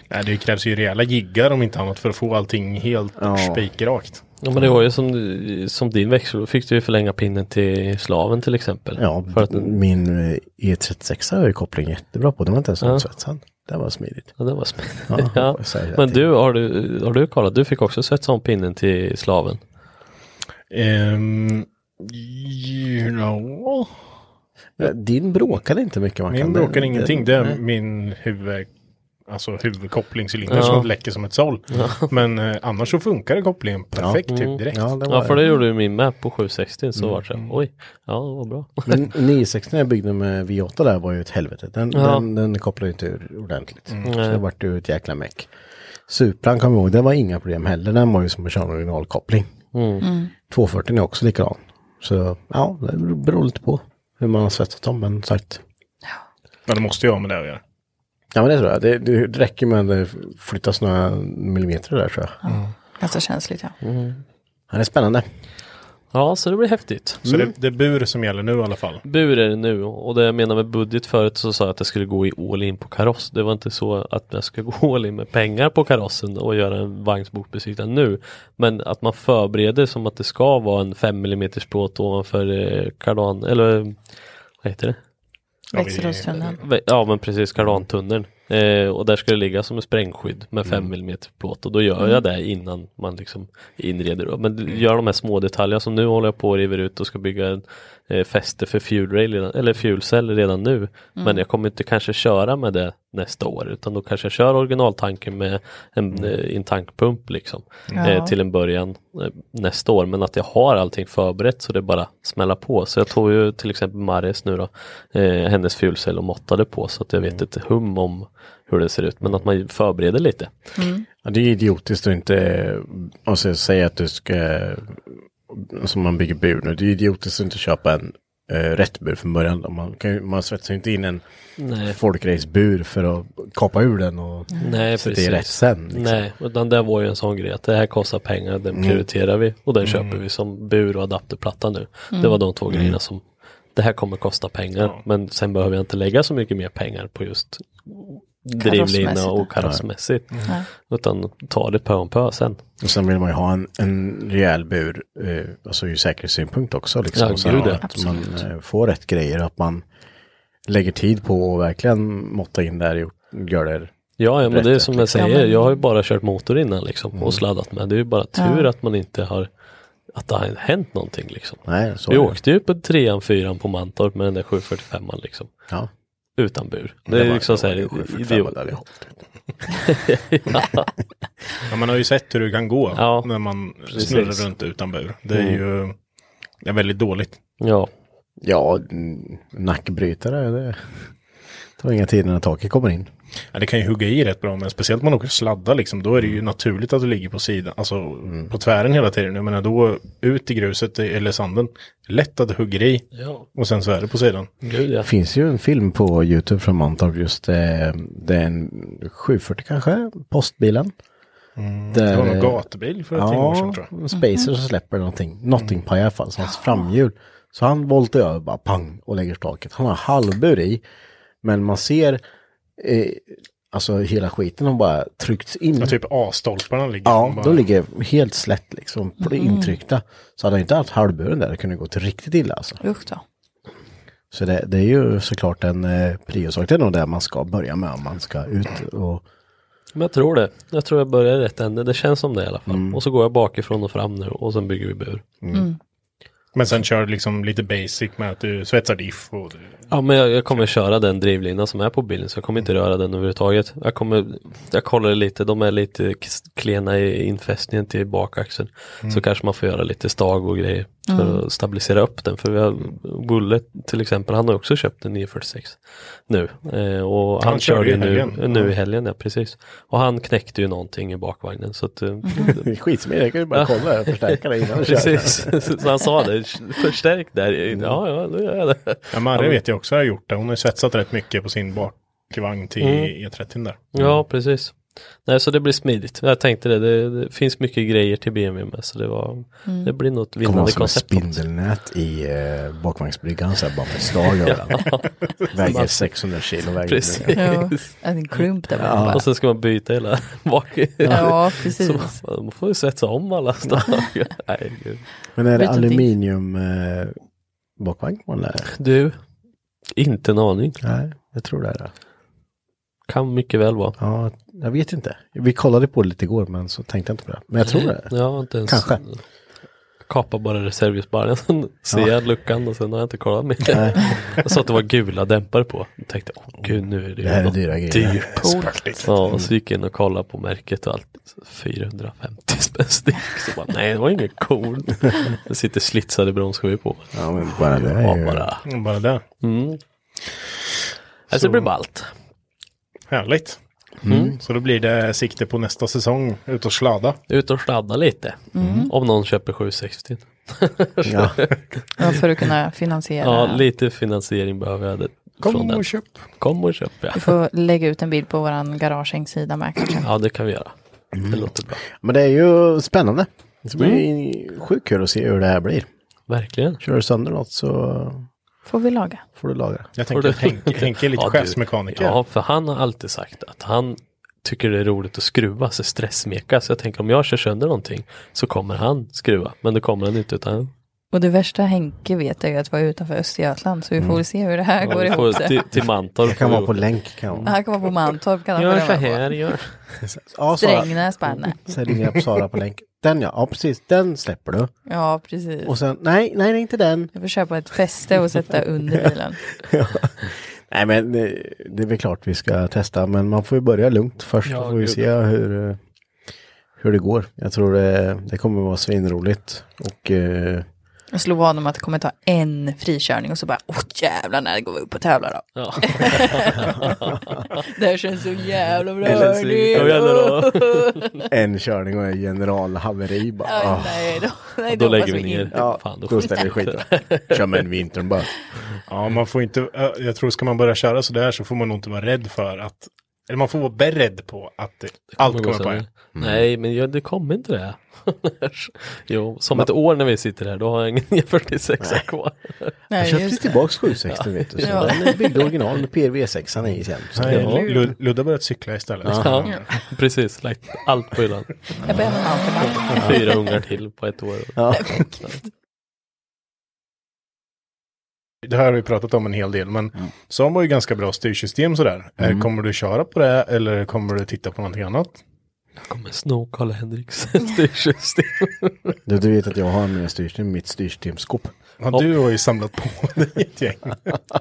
Nej, det krävs ju rejäla jiggar om inte annat för att få allting helt Ja. spikrakt. Ja men det var ju som, som din växel, då fick du ju förlänga pinnen till slaven till exempel. Ja, För att den, min eh, E36 har jag ju koppling jättebra på. Den var inte ens Ja. omsvetsad. Det var smidigt. ja, det var smidigt. Ja, Ja, jag säger det Men till. du har, du, har du kollat, du fick också svetsa om pinnen till slaven. Ehm, ja, Ja, Din bråkade inte mycket. Man min kan. bråkar ingenting. Det är nej. min huvud, alltså huvudkopplingscylinder Ja. som läcker som ett såll. Men eh, annars så funkar det kopplingen perfekt typ direkt. Ja, det var Mm. Ja för det gjorde ju min med på 760 så var det så här, oj, ja det var bra. Men 960 när jag byggde med V8 där var ju ett helvete. Den, Ja. Mm. den, den kopplade ju inte ur ordentligt. Så Nej. det vart ju ett jäkla meck. Supran kommer jag ihåg, det var inga problem heller. Den var ju som att köra en originalkoppling. Mm. 240 är också likadan. Så ja, det beror lite på hur man har svetsat dem. Men sagt, Men det måste ju ha med det att göra. ja men det tror jag. Det, det räcker med att det flyttas några millimeter där tror jag. Ganska känsligt ja. Ja, det är spännande. Ja så det blir häftigt. Så Mm. det, det är bur som gäller nu i alla fall. Bur är det nu och det jag menar med budget förut så sa jag att jag skulle gå i all in på kaross. Det var inte så att jag ska [laughs] gå all in med pengar på karossen och göra en vagnsbokbesiktad nu. Men att man förbereder som att det ska vara en 5 mm plåt ovanför eh, kardan eller eh, vad heter det? Ja, vi- Mm. Växellådstunneln. Vä- Ja men precis kardantunneln. Eh, och där ska det ligga som ett sprängskydd med 5 mm plåt och då gör jag det innan man liksom inreder. upp. Men du gör de här små detaljerna som nu håller jag på och river ut och ska bygga en eh, fäste för fuel rail redan, eller fuel cell redan nu. Men jag kommer inte kanske köra med det nästa år utan då kanske jag kör originaltanken med en, eh, en tankpump liksom eh, Ja. till en början eh, nästa år. Men att jag har allting förberett så det bara smälla på. Så jag tog ju till exempel Mares nu då, eh, hennes fulcell och måttade på så att jag vet ett hum om hur det ser ut. Men att man förbereder lite. Ja, det är idiotiskt att inte, alltså säga att du ska, som man bygger bur nu, det är idiotiskt att inte köpa en eh, rätt bur från början. då. Man, kan, ju- man svetsar ju inte in en Nej. folkracebur för att kapa ur den och Nej, sätta i precis. rätt sen. Liksom. Mm. Nej, utan det var ju en sån grej att det här kostar pengar, den prioriterar vi och den köper vi som bur och adapterplatta nu. Det Mm. var de två Mm. grejerna som det här kommer kosta pengar men sen behöver jag inte lägga så mycket mer pengar på just drivlina Karossmässigt. och karossmässigt. Mm. Utan ta det pö om pö sen. Och sen vill man ju ha en, en rejäl bur, eh, alltså ur säkerhetssynpunkt också. Liksom. Ja, Och sen gud, ja. att man eh, får rätt grejer, att man lägger tid på och verkligen måtta in där och gör det. Ja, ja men Rätt, det är rätt, Mm. som jag liksom. säger, Ja, men- jag har ju bara kört motor innan liksom och sladdat med. Det är ju bara tur Ja. att man inte har, att det har hänt någonting liksom. Nej, så Vi är det. åkte ju på trean, fyran på Mantorp med den där 745 liksom. Ja. Utan bur. Det är var- liksom det så här, var ju 745 idiot. där det hållt. ja. Ja, man har ju sett hur det kan gå Ja. när man Precis. snurrar runt utan bur. Det Mm. är ju det är väldigt dåligt. ja, Ja, mm, nackbrytare, det tar inga tider när taket kommer in. Ja, det kan ju hugga i rätt bra, men speciellt om man åker sladda liksom, då är det Mm. ju naturligt att du ligger på sidan, alltså på tvären hela tiden. Jag menar då ut i gruset eller sanden, lätt att det hugger i ja, och sen så är det på sidan. gud ja. Det finns ju en film på YouTube från Mantorp, just eh, det är en 740 kanske, postbilen. Mm, Det var där, någon eh, gatubil för ett gäng år sedan tror jag. en spacer som släpper någonting. Någonting på i alla fall, så hans framhjul. Så han voltar över bara pang och lägger staket. Han har halvbur i. Men man ser eh, alltså hela skiten har bara tryckts in. Ja, typ A-stolparna ligger. Ja, bara- de ligger helt slätt liksom, på det intryckta. Så hade jag inte haft halvburen där, det kunde gått riktigt illa alltså. Usch då. Så det, det är ju såklart en eh, priosak. Det är nog det man ska börja med om man ska ut och... Men jag tror det. Jag tror jag börjar i Mm. rätt ände. Det känns som det i alla fall. Och så går jag bakifrån och fram nu och sen bygger vi bur. Men sen kör du liksom lite basic med att du svetsar diff och du, Ja men jag, jag kommer köra den drivlinan som är på bilen så jag kommer inte röra den överhuvudtaget. Jag kommer, jag kollar lite, de är lite k- klena i infästningen till bakaxeln. Mm. Så kanske man får göra lite stag och grejer för att stabilisera upp den. För vi har Bulle till exempel, han har också köpt en 946 nu. Eh, och han, Han körde körde ju ju i nu, helgen. nu Ja. i helgen, ja precis. Och han knäckte ju någonting i bakvagnen så att eh, Det är skitsmidigt, jag kan ju bara kolla och förstärka det innan du kör. [laughs] [laughs] Precis, så han sa det, förstärk där, Mm. ja ja, nu gör jag det. Ja, Marre vet jag också har gjort det. Hon har ju svetsat rätt mycket på sin bakvagn till Mm. E30 där. Ja, precis. Nej, så det blir smidigt. Jag tänkte det, det, det finns mycket grejer till BMW med, så det, Mm. var, det blir något Kommer ha vinnande som ett koncept. också. spindelnät i eh, bakvagnsbryggan så här bara för slag över [laughs] den. Väger 600 kilo. Väger Precis. Ja, en klump där ja. Och sen ska man byta hela [laughs] bak. ja, [laughs] Så precis. man, man får ju svetsa [laughs] om alla stagar. Nej, gud. Men är det Byta till. aluminium eh, bakvagn? Eller? Du, inte en aning. Nej, jag tror det är det. Kan mycket väl vara. Ja, jag vet inte. Vi kollade på det lite igår men så tänkte jag inte på det. Men jag tror det. är det. Jag har inte ens Kanske. kapar bara reservljusbarren. Sen [laughs] ser jag luckan och sen har jag inte [laughs] kollat mer. Jag sa att det var gula dämpare på. Jag tänkte, åh gud nu är det, Det här är något dyra grejer. dyrt. Ja, och så gick jag in och kollade på märket och allt. 450 spänn styck. Så bara, nej det var inget coolt. Det sitter slitsade bromsskivor på. Ja, men bara det är Ja, ju... bara. Mm, Bara det. Alltså det blir ballt. Härligt. Mm. Mm. Så då blir det sikte på nästa säsong. Ut och sladda. Ut och sladda lite. Om någon köper 760. Ja. Ja, för att kunna finansiera. Ja, lite finansiering behöver jag. Det. från Kom den. och köp. Kom och köp ja. Vi får lägga ut en bild på vår garagehängsida med kanske. Ja, det kan vi göra. Det låter bra. Mm. Men det är ju spännande. Det Mm. blir ju sjukt kul att se hur det här blir. Verkligen. Kör du sönder något så Får vi laga. får du laga. Jag Får tänker du- att Henke, Henke är lite [laughs] Ja, du. chefsmekaniker. Ja, för han har alltid sagt att han tycker det är roligt att skruva, så stressmeka. Så jag tänker om jag kör sönder någonting så kommer han skruva. Men det kommer han inte utan Och det värsta Henke vet är ju att vara utanför Östergötland. Så vi får väl se hur det här går Mm. Vi ihop får sig. till, till Mantorp. Jag kan vara på och- länk kan jag. Han kan vara på Mantorp. Kan han Gör få så röra på. här, gör. Ja, Sara. Strängnäs, Banne. Sen ringer jag på Sara på länk. Den ja, ja precis. Den släpper du. Ja, precis. Och sen, nej, nej, nej, inte den. Jag får köpa ett fäste och sätta under bilen. Nej, men eh, det är väl klart vi ska testa, men man får ju börja lugnt först. Ja, Ja, får vi gud. se hur, eh, hur det går. Jag tror det, det kommer vara svinroligt. Och eh, [laughs] Jag slår vad om att det kommer ta en frikörning och så bara, åh jävlar när det går vi upp och tävlar då. [laughs] Ja. Det här känns så jävla bra. Eller så- hörni. Kom igen nu då. en körning och en generalhaveri bara. Aj, ah. nej, då, nej, Då då lägger hoppas vi ner. inte. Ja, Fan, då ställer vi skiten. Kör med en vintern bara. Ja, man får inte, ö, jag tror ska man börja köra sådär så får man nog inte vara rädd för att, eller man får vara beredd på att det, allt gå kommer på sönder. en. Nej, men jag, det kommer inte det. [laughs] jo, som ett år när vi sitter här, då har jag ingen 46 kvar. Jag Nej, köpte just det. tillbaks 760 vet du. Så Ja. den är byggd original med PRV6 i sen. Så Nej, Ja. Lu- Ludde har börjat cykla istället. Ja, precis. Lagt allt på hyllan. Jag behöver en automat. [laughs] Fyra ungar till på ett år. Ja. Det här har vi pratat om en hel del, men Saab har ju ganska bra styrsystem sådär. Eh, Mm. Kommer du köra på det eller kommer du titta på någonting annat? Jag kommer sno Karl Henriks [laughs] styrsystem. Du, du vet att jag har med styrsystem i mitt styrsystemskåp. Ja, du har ju samlat på dig ett gäng.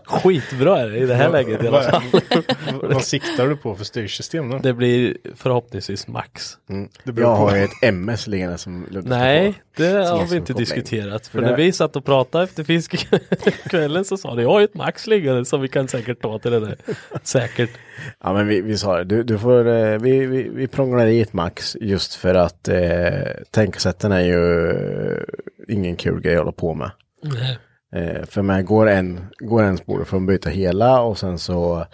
Skitbra är det i det här läget i alla fall. Vad- [laughs] Vad siktar du på för styrsystem då? Det blir förhoppningsvis max. Mm. Det beror Jag på. har ju ett MS liggande som Ludde ska Nej, få. det Som har jag vi ska inte koppla in. diskuterat. För det när här- vi satt och pratade efter [laughs] fiskkvällen så sa du, jag har ju ett max liggande som vi kan säkert ta till det där. Säkert. Ja men vi, vi sa det, du, du får, eh, vi, vi, vi prånglar i ett max just för att eh, tänkasätten är ju eh, ingen kul grej att hålla på med. Eh, för mig går en, går en spole för att byta hela och sen så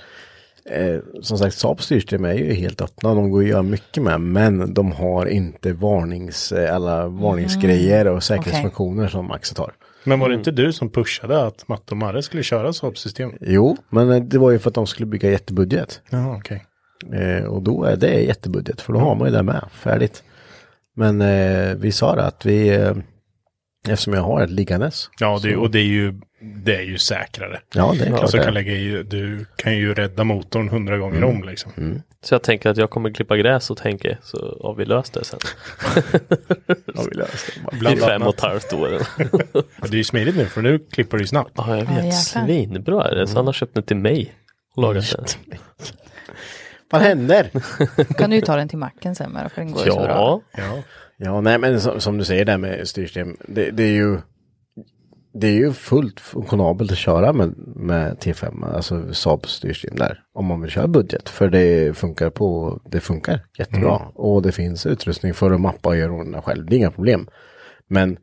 eh, som sagt Saabs styrsystem är ju helt öppna, de går ju att göra mycket med men de har inte varnings, eh, alla varningsgrejer Mm, och säkerhetsfunktioner som Max har. Men Mm. var det inte du som pushade att Matt och Marre skulle köra Saab-system? Jo, men eh, det var ju för att de skulle bygga jättebudget. Ja, okej. Eh, och då är det jättebudget för då har man ju det med färdigt. Men eh, vi sa det att vi, eh, Eftersom jag har ett liggandes. Ja, det, är- och det är ju, det är ju säkrare. Ja, det är klart. Alltså, det. kan lägga i, du kan ju rädda motorn hundra gånger Mm. om liksom. Mm. Så jag tänker att jag kommer klippa gräs åt Henke så har vi löst det sen. Ja, vi löser det bara. I Bland fem annat. och ett halvt år. Ja, det är ju smidigt nu för nu klipper du ju snabbt. Ja, Ja, jag vet. jäklar. Svinbra är det. Så han har köpt den till mig. Och lagat den. Vad händer? Då kan du ju ta den till macken sen med för den går ju så bra. Ja, Ja. Ja, nej men som, som du säger där med styrsystem. Det, det är ju det är ju fullt funktionabelt att köra med, med T5, alltså Saab styrsystem där. Om man vill köra budget. För det funkar på, det funkar jättebra. Och det finns utrustning för att mappa och göra ordna själv. Det är inga problem. Men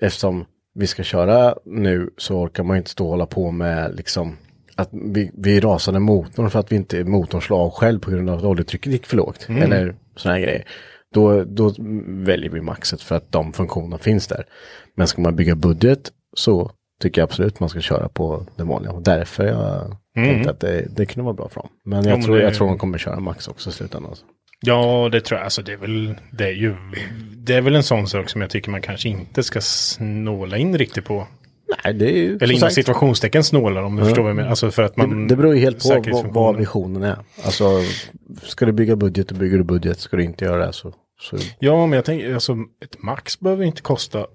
eftersom vi ska köra nu så orkar man ju inte stå och hålla på med liksom att vi, vi rasade motorn för att vi inte motorn slog av själv på grund av att oljetrycket gick för lågt. Mm. Eller sådana här grejer. Då, då väljer vi maxet för att de funktionerna finns där. Men ska man bygga budget så tycker jag absolut man ska köra på det vanliga. Och därför jag tänkte att det, det kunde vara bra för dem. Men jag, Mm. men tror, det- jag tror de kommer köra max också i slutändan. Alltså. ja, det tror jag. Alltså, det, är väl, det, är ju, det är väl en sån sak som jag tycker man kanske inte ska snåla in riktigt på. Nej, det är ju... som Eller inom sagt- situationstecken snålar om du förstår vad jag menar. Alltså för att man... Det, det beror ju helt på vad, säkerhetsfunktioner. vad visionen är. Alltså, ska du bygga budget, då bygger du budget. Ska du inte göra det så... så Ja, men jag tänker, alltså ett max behöver ju inte kosta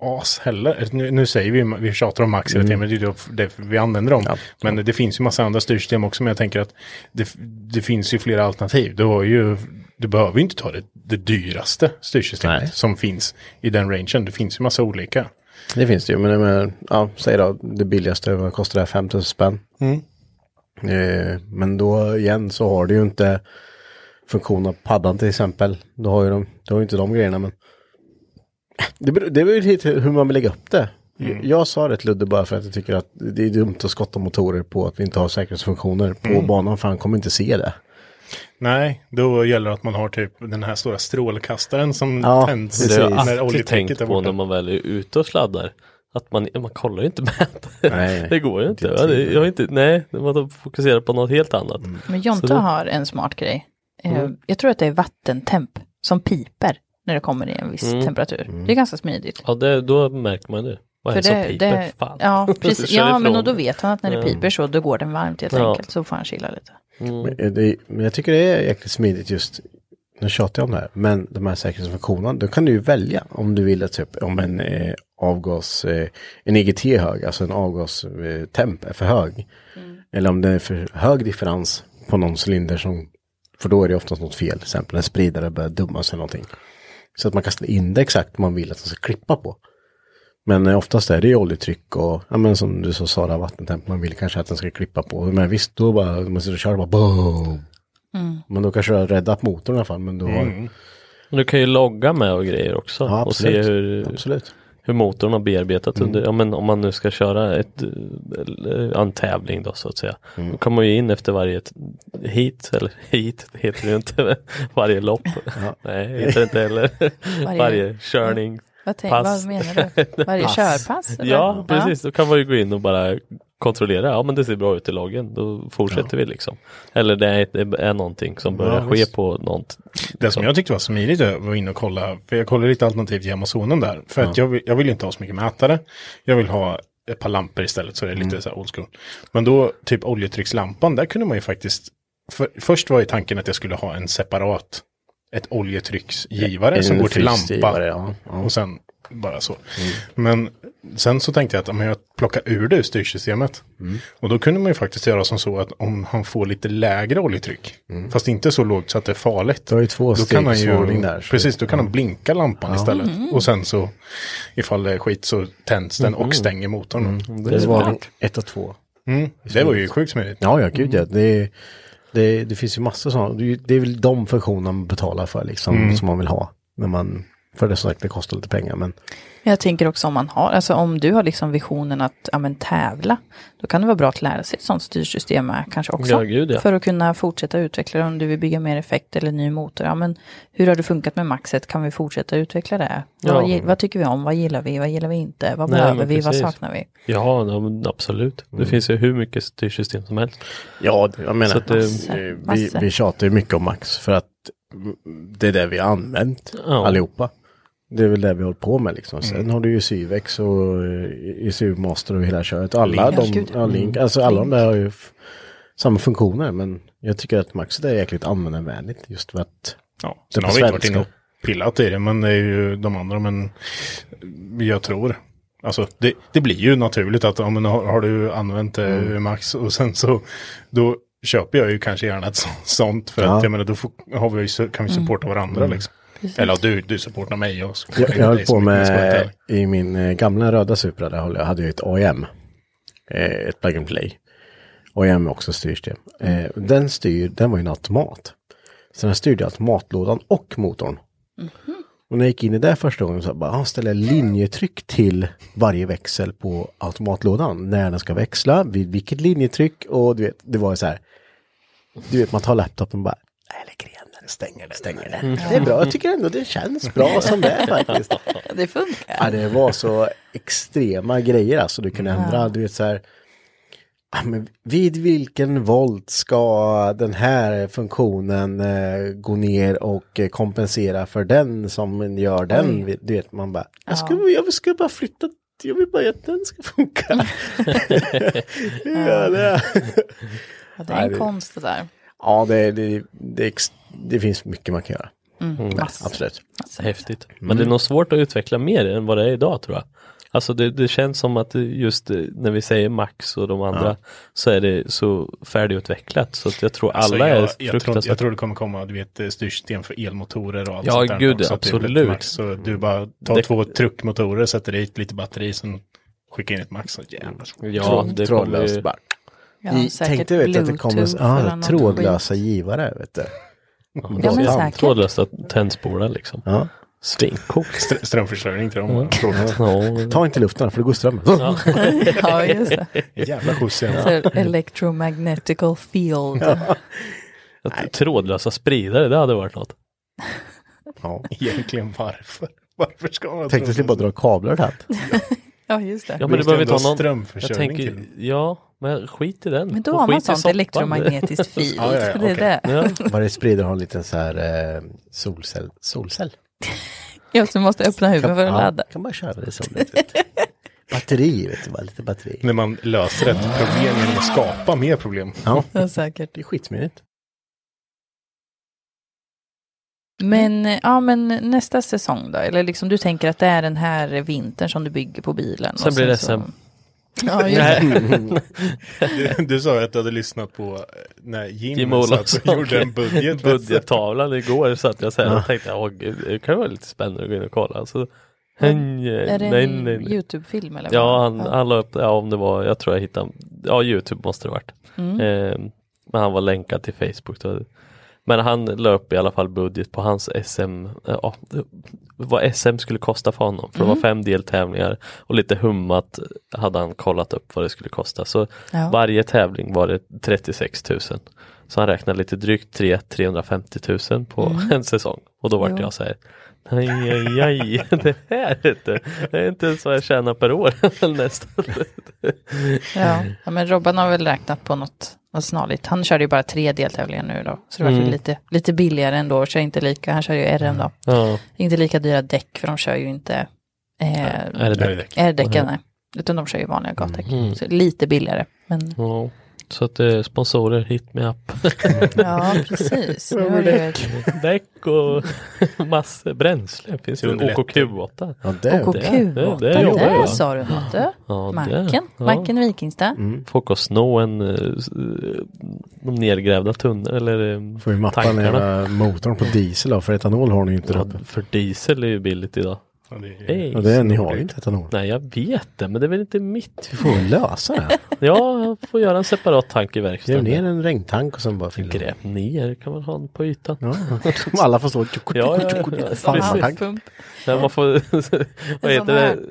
as heller. Nu, nu säger vi, vi tjatar om max Mm. hela tiden, men det är ju då f- det vi använder dem. Ja. Men det finns ju massa andra styrsystem också, men jag tänker att det, f- det finns ju flera alternativ. Du har ju, du behöver ju inte ta det, det dyraste styrsystemet Nej. som finns i den rangen. Det finns ju massa olika. det finns det ju, men, jag menar, ja, säg då det billigaste, vad kostar det? 5 000 spänn. Eh, men då igen så har du ju inte funktion av paddan till exempel. Du har ju de, du har ju inte de grejerna, men det beror, det är väl lite hur man vill lägga upp det. Jag sa det till Ludde bara för att jag tycker att det är dumt att skotta motorer på att vi inte har säkerhetsfunktioner på banan, för han kommer inte se det. Nej, då gäller det att man har typ den här stora strålkastaren som Ja, tänds precis. det har Precis. jag när alltid oljetrycket tänkt är på borta. när man väl är ute och sladdar. Att man, man kollar ju inte mätaren. Nej. [laughs] det går ju inte. Det är typ- Mm. va? Det, tiden. jag har inte. Nej, man fokuserar på något helt annat. Men Så Mm. Jonta det- har en smart grej. Eh, Jag tror att det är vattentemp som piper när det kommer i en viss Mm. temperatur. Det är ganska smidigt. Ja, det, då märker man ju. Vad är det som piper? Fan. ja, [laughs] precis, Kör ja men ifrån. och då vet han att när det piper så då går den varmt helt Ja. enkelt. Så får han chilla lite. Men, Mm. det, men jag tycker det är jäkligt smidigt just, nu tjatar jag om det här, men de här säkerhetsfunktionerna, då kan du ju välja om du vill att typ, om en eh, avgas, eh, en EGT är hög, alltså en avgastemp eh, temp är för hög. Eller om det är för hög differens på någon cylinder som, för då är det oftast något fel, till exempel en spridare börjar dumma sig någonting. Så att man kastar in det exakt man vill att den ska klippa på. Men eh, oftast är det ju oljetryck och ja, men som du så sa, där, vattentemp. Man vill kanske att den ska klippa på. Men visst, då bara, man sitter och kör bara boom. Men då kanske du har räddat motorn i alla fall. Men då, Men du kan ju logga med och grejer också. ja, och se absolut. Mm. hur, absolut. hur motorn har bearbetat under, ja men om man nu ska köra ett, eh, en tävling då så att säga. Mm. Då kommer man ju in efter varje t- heat, eller [laughs] heat heter det ju inte, [laughs] men varje lopp. Nej, det heter det inte heller. [laughs] Varje- Varje, körning. Vad, tänk, [laughs] Pass. vad menar du? Varje körpass? eller? Ja, precis. Då kan man ju gå in och bara kontrollera, ja men det ser bra ut i loggen, då fortsätter vi liksom. Eller det är, det är någonting som börjar Ja, ske visst. på något. Det som jag tyckte var smidigt jag var inne och kolla, för jag kollade lite alternativ till Amazonen där. För att jag, vill, jag vill ju inte ha så mycket mätare. Jag vill ha ett par lampor istället så det är Mm. lite så här old school. Men då typ oljetryckslampan, där kunde man ju faktiskt, för, först var ju tanken att jag skulle ha en separat, ett oljetrycksgivare som går till lampa. Frysgivare, Ja, Mm. ja. Och sen bara så. Men sen så tänkte jag att ja, men jag plockar ur det ur styrsystemet. Mm. Och då kunde man ju faktiskt göra som så att om han får lite lägre oljetryck, Mm. fast inte så lågt så att det är farligt. Du har ju två Då kan han stegsvarning ju, där, så- precis, då kan han blinka lampan istället. Och sen så, ifall det är skit så tänds den Mm. och stänger motorn. Det är varning ett och två. Mm. Mm. Det var ju sjukt smidigt. Ja, ja, gud ja. Det, det, det finns ju massor sådana. Det är ju- Det är väl de funktionerna man betalar för liksom, som man vill ha. När man, för det som sagt, det kostar lite pengar. Men Jag tänker också om man har, alltså om du har liksom visionen att ja, men tävla, då kan det vara bra att lära sig ett sånt styrsystem med kanske också. Ja, gud, ja. För att kunna fortsätta utveckla det om du vill bygga mer effekt eller ny motor. Ja, men hur har det funkat med maxet? Kan vi fortsätta utveckla det? Ja. Vad, gi- vad tycker vi om? Vad gillar vi? Vad gillar vi inte? Vad Nej, behöver men vi? Vad precis. saknar vi? Ja, ja, men absolut. Det finns ju hur mycket styrsystem som helst. Ja, det- jag menar, Så att det- eh, vi, massor. vi tjatar ju mycket om Max för att mm, det är det vi har använt Ja. allihopa. Det är väl det vi håller på med liksom. Sen har du ju Syvex och eh, ICU Master och hela köret. Alla Link. Ja, de, gud. ja, Link, alltså alla de där har ju f- samma funktioner. Men jag tycker att Max det är jäkligt användarvänligt just för att Ja, Det är sen på har vi inte varit svenska. inne och pillat i det, men det är ju de andra. Men jag tror, alltså det, det blir ju naturligt att om har, har du använt eh, Mm. Max och sen så då köper jag ju kanske gärna ett så- sånt för Ja. Mm. att jag menar då får, har vi, ju su- kan vi supporta varandra liksom. Eller ja, du, du supportar mig och så. liksom Jag, jag höll dig så på mycket, ska jag inte med, heller. i min eh, gamla röda Supra, där höll jag- hade jag ett AIM. eh, Ett plug and play. AIM är också styrsystem. Eh, Den styr, den var ju en automat. Så den styrde automatlådan och motorn. Och när jag gick in i det första gången så bara, han ställer linjetryck till varje växel på automatlådan. När den ska växla, vid vilket linjetryck och du vet, det var ju så här. Du vet, man tar laptopen och bara, jag lägger igen den, stänger den, stänger den. Det är bra, jag tycker ändå det känns bra som det är faktiskt. Det funkar. Ja, det var så extrema grejer alltså. Du kunde ändra, du vet så här. ja, Men vid vilken volt ska den här funktionen eh, gå ner och eh, kompensera för den som gör den? Du vet, man bara, jag skulle, jag skulle bara flytta, jag vill bara att den ska funka. ja, det, Ja, det är Nej, en det- konst det där. ja det, det, det, ex- det finns mycket man kan göra. Mm. Massor. Absolut. Mm, Häftigt. Men det är nog svårt att utveckla mer än vad det är idag tror jag. Alltså det, det känns som att det just eh, när vi säger Max och de andra så är det så färdigutvecklat så att jag tror alla Alltså, är jag, jag, tror, fruktansvärt. jag tror det kommer komma du vet, styrsystem för elmotorer och allt Ja, sånt där gud, också, att det blir ett absolut. Max, Så du bara tar Det- två truckmotorer, sätter dit lite batteri, sen skickar in ett Max. Och jävlar. ja, det kommer ju... bara. Ja, I, säkert tänkte vet du, att det kommer Bluetooth eller ah, något trådlösa givare. Vet du. Ja, men Ja, säkert. Trådlösa tändspolar liksom. Ja. Svincoolt. Str- Strömförsörjning till Mm. dem. Ja, Ta inte luften för det går ström. [laughs] skit. Ja, just [laughs] det. Jävla skjuts igen. Så electromagnetical field. att trådlösa spridare, det hade varit något. Ja. Egentligen varför? Varför ska man Tänkte slippa dra kablar till allt. [laughs] Ja, just det. Ja, men det Just behöver inte ändå ha någon... Jag strömförsörjning tänker, till ja, men skit i den. Men då Och har man skit i sånt soppan. elektromagnetiskt field. Ja, ja, ja, det är okej. det. [laughs] [laughs] Ja. Varje spridare har en liten så här eh, solcell. solcell. Jag som måste öppna huvudet för att Ja, ladda. kan man köra det som lite. vet du. Batteri, vet du, bara lite batteri. När man löser ett problem genom att skapa mer problem. Ja, [laughs] Ja, säkert. det är skitsmidigt. Men, eh, ja, men nästa säsong då? Eller liksom du tänker att det är den här vintern som du bygger på bilen? och Sen blir det SM. Ja, just det. Du, du sa ju att du hade lyssnat på eh, när Jim, Jim satt och Olofsson gjorde en budget. [laughs] budgettavlan igår så att jag så här Ja. och tänkte åh gud, det kan vara lite spännande att gå in och kolla. Så, nej, Är det en nej, nej, nej. YouTube-film eller? Ja, vad? han, han la upp, ja om det var, jag tror jag hittade, ja Youtube måste det varit. Mm. Eh, men han var länkad till Facebook. Då. Men han la upp i alla fall budget på hans SM, eh, ja, vad SM skulle kosta för honom. För det Mm. var fem deltävlingar och lite hummat hade han kollat upp vad det skulle kosta. Så Ja. varje tävling var det 36 000. Så han räknade lite drygt 3, 350 000 på [laughs] en säsong. Och då vart Jo. jag så här, Aj, aj, aj, [laughs] det här är inte, det är inte ens vad jag tjänar per år [laughs] nästan. Ja. ja, men Robban har väl räknat på något, något snarligt. Han körde ju bara tre deltävlingar nu då. Så det Mm. var ju lite, lite billigare ändå. Och kör inte lika, han kör ju RM då. Ja, Inte lika dyra däck för de kör ju inte eh, är det Mm. det? R-däcken. nej. Utan de kör ju vanliga gatdäck. Så lite billigare. [laughs] Men Ja, så att eh, sponsorer hit me up. ja, precis. Nu har du ju ett Däck och [laughs] massor bränsle. Finns det en underlättar. OKQ8? Ja, det är det. KQ. det- det Vad jobbar där jag. sa du något du. Ja, det- Marken, ja. Marken Vikingstad. Mm. Får åka och sno en, eh, s- eh, de nedgrävda tunnor eller eh, Får ju mappa den tankarna. här motorn på diesel då, för etanol har ni ju inte. Ja, då. för diesel är ju billigt idag. Ja, det är- Hej. Ja, det är, ni har ju inte etanol. Nej jag vet det men det är väl inte mitt fel. Får vi lösa det? Ja, jag får göra en separat tank i Gräv ner verkstaden. en regntank och sen bara fylla. Gräv ner kan man ha den på ytan. Ja, [laughs] alla får stå tjocko, Ja, ja, tjocko, tjocko, ja. fan, Precis. tank. Pump. Nej, man får, [laughs] vad En sån heter här. det?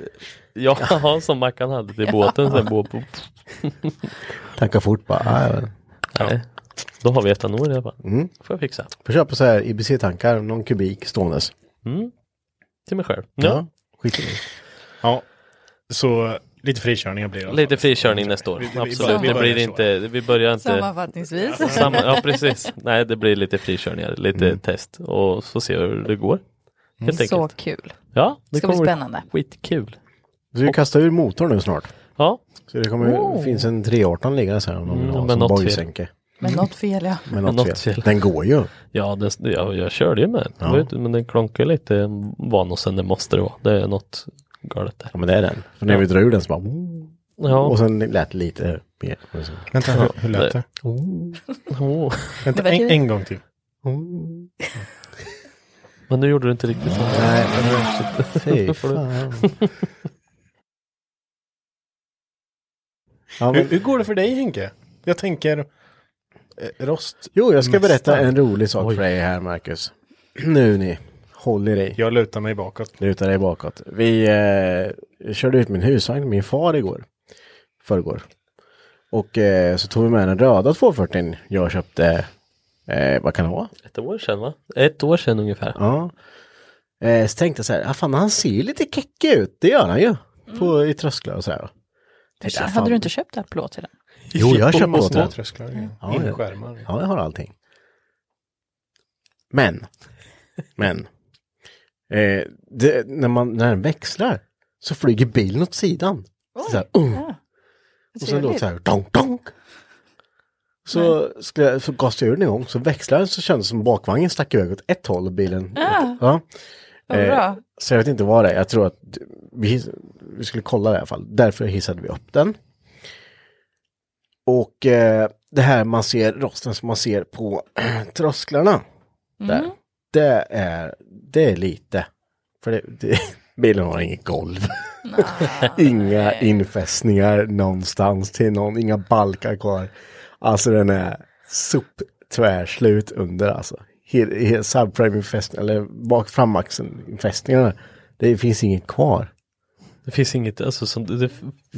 Ja, ha, som Mackan hade till båten sen. Bo, bo, Tanka fort bara. ah, nej. Då har vi etanol i alla fall. Får jag fixa. Mm. Får köpa så här IBC-tankar, någon kubik ståendes. Mm. Till mig själv. Ja, skit i det. Ja, så lite frikörningar blir det. i alla Lite fall. frikörning nästa Vi- år. vi- vi Absolut. börjar- vi Det blir börjar så. inte, vi börjar eh, inte. Sammanfattningsvis. Samma, ja precis. Mm. Nej det blir lite frikörningar, lite test och så ser vi hur det går. Helt Så enkelt. kul. Ja, det Ska bli kommer spännande. Skitkul. Du ska kasta ur motorn nu snart. Ja, Så det kommer, Oh. finns en 318 liggandes här om de vill Mm, ha men som något fel. bojsänke. Men något fel ja. Men Men något, något fel. fel. Den går ju. ja den, jag, jag körde ju med den. Det var Ja. ju inte- Men den klonkar lite vanusen, det måste det vara. Det är något galet där. Ja men det är den. För när vi drar ur den så bara... Ja, Och sen lät det lite mer. Vänta, hur, hur lät det? åh. Vänta, Det var en, kul. en gång till. men nu gjorde du inte riktigt så. Nej, [laughs] fy Får du- fan. [laughs] Ja, Hur, men, hur går det för dig Henke? Jag tänker eh, rost. jo, jag ska Nästan. berätta en rolig sak Oj. för dig här, Marcus. Nu ni, håll i dig. Jag lutar mig bakåt. Luta dig bakåt. Vi eh, körde ut min husvagn, min far igår. Förrgår. Och eh, så tog vi med den röda 240 jag köpte. Eh, vad kan det vara? Ett år sedan va? Ett år sedan ungefär. Ja. Eh, så tänkte jag så här, ah, fan han ser ju lite keck ut, det gör han ju. På, I trösklar och så här. Tänkte, ah, fan. Hade du inte köpt den plåt till den? Jo, jag köpte åt Små den. trösklar. Ja, ja. Inskärmar. Ja, jag har allting. Men, [laughs] men, eh, det, när, man, när den växlar så flyger bilen åt sidan. Så här, uh, och sen låter det så här, donk, donk. Så, skulle jag, så gasade jag ur den en gång, så växlade den så kändes det som bakvagnen stack iväg åt ett håll och bilen. Ah. Ja. Eh. Vad bra. Så jag vet inte vad det är. Jag tror att vi, vi skulle kolla det i alla fall. Därför hissade vi upp den. Och eh, det här man ser, rosten som man ser på [clears throat] trösklarna. Där. Det är, det är lite. För det, det, [laughs] bilen har inget golv. [laughs] inga infästningar någonstans till någon, inga balkar kvar. Alltså den är soptvärslut under alltså. Hel, hel subframe infästning, eller bak framaxeln infästningarna. Det finns inget kvar. Det finns inget, alltså som, det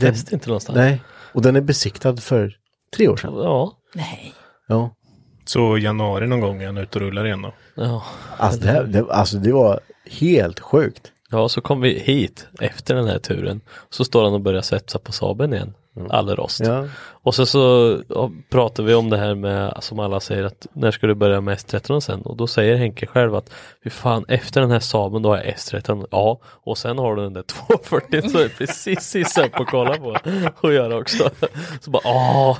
fäst inte någonstans. Nej. Och den är besiktad för tre år sedan. Ja, Nej. Ja. Så januari någon gång är han ute och rullar igen då. ja. Alltså det, här, det, alltså det var helt sjukt. Ja, så kom vi hit efter den här turen. Så står han och börjar svetsa på Saben igen. All rost. Mm. Ja. Och sen så ja, pratar vi om det här med, som alla säger att när ska du börja med S13 sen? Och då säger Henke själv att, fy fan efter den här Saben då har jag S13, ja. Och sen har du den där [laughs] 240 så är det precis sista upp att kolla på [laughs] och göra också. [laughs] Så bara, ah.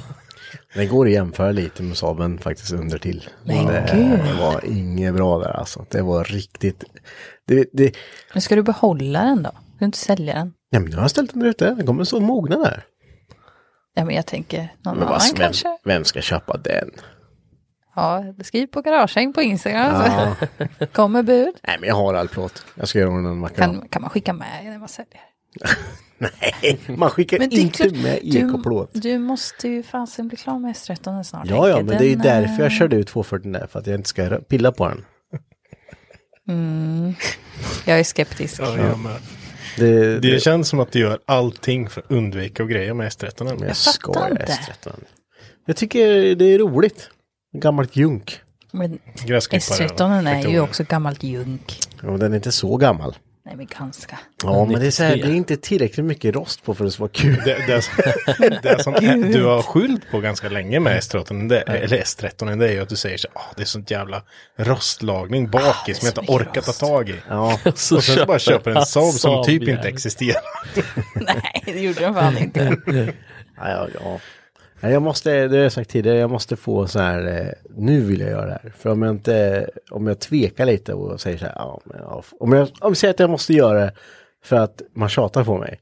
Den går att jämföra lite med Saaben faktiskt under till. Men det gud. var inget bra där alltså. Det var riktigt. Det, det, Nu ska du behålla den då? Ska du inte sälja den? nej men nu har jag ställt den där ute. Den kommer så mogna där. Ja, men jag tänker någon Men annan vad, vem, kanske. vem ska köpa den? Ja, skriv på garagehäng på Instagram. så [laughs] Kommer bud. Nej men jag har all plåt. Jag ska göra honom en makaron. Kan, kan man skicka med när man säljer? Nej, Eh, man skickar Men det är inte klart, med du- ekoplåt. Du måste ju fasen bli klar med S13 snart. Ja, ja, Henke. men det är ju Den, därför eh, jag körde ut 240 där. För att jag inte ska rö- pilla på den. Jag är skeptisk. Ja, jag med. Det, Det känns som att du gör allting för att undvika och greja med S13. men här. jag fattar skojar inte. S13. Jag tycker det är roligt. Gammalt junk. Men Gräsklippare. S13 är ju traktorer. också gammalt junk. Och den är inte så gammal. Nej, men ganska. Ja, men det är, så här, det 93. är inte tillräckligt mycket rost på för att vara kul. Det, det, det som du har skyllt på ganska länge med S13, det, eller S13, det är ju att du säger så ah, det är sånt jävla rostlagning bak i som jag Ah, så inte mycket orkar ta rost." tag i. [laughs] Ja, Och så, Och sen så bara köper en han Saab som typ Saab-jävel. inte existerar. [laughs] Nej, det gjorde den fan inte. ja, ja. ja. Nej, Jag måste, det har jag sagt tidigare, jag måste få så här, eh, nu vill jag göra det här. För om jag inte, om jag tvekar lite och säger så här, ja, men, ja, f- om, jag, om jag säger att jag måste göra det för att man tjatar på mig,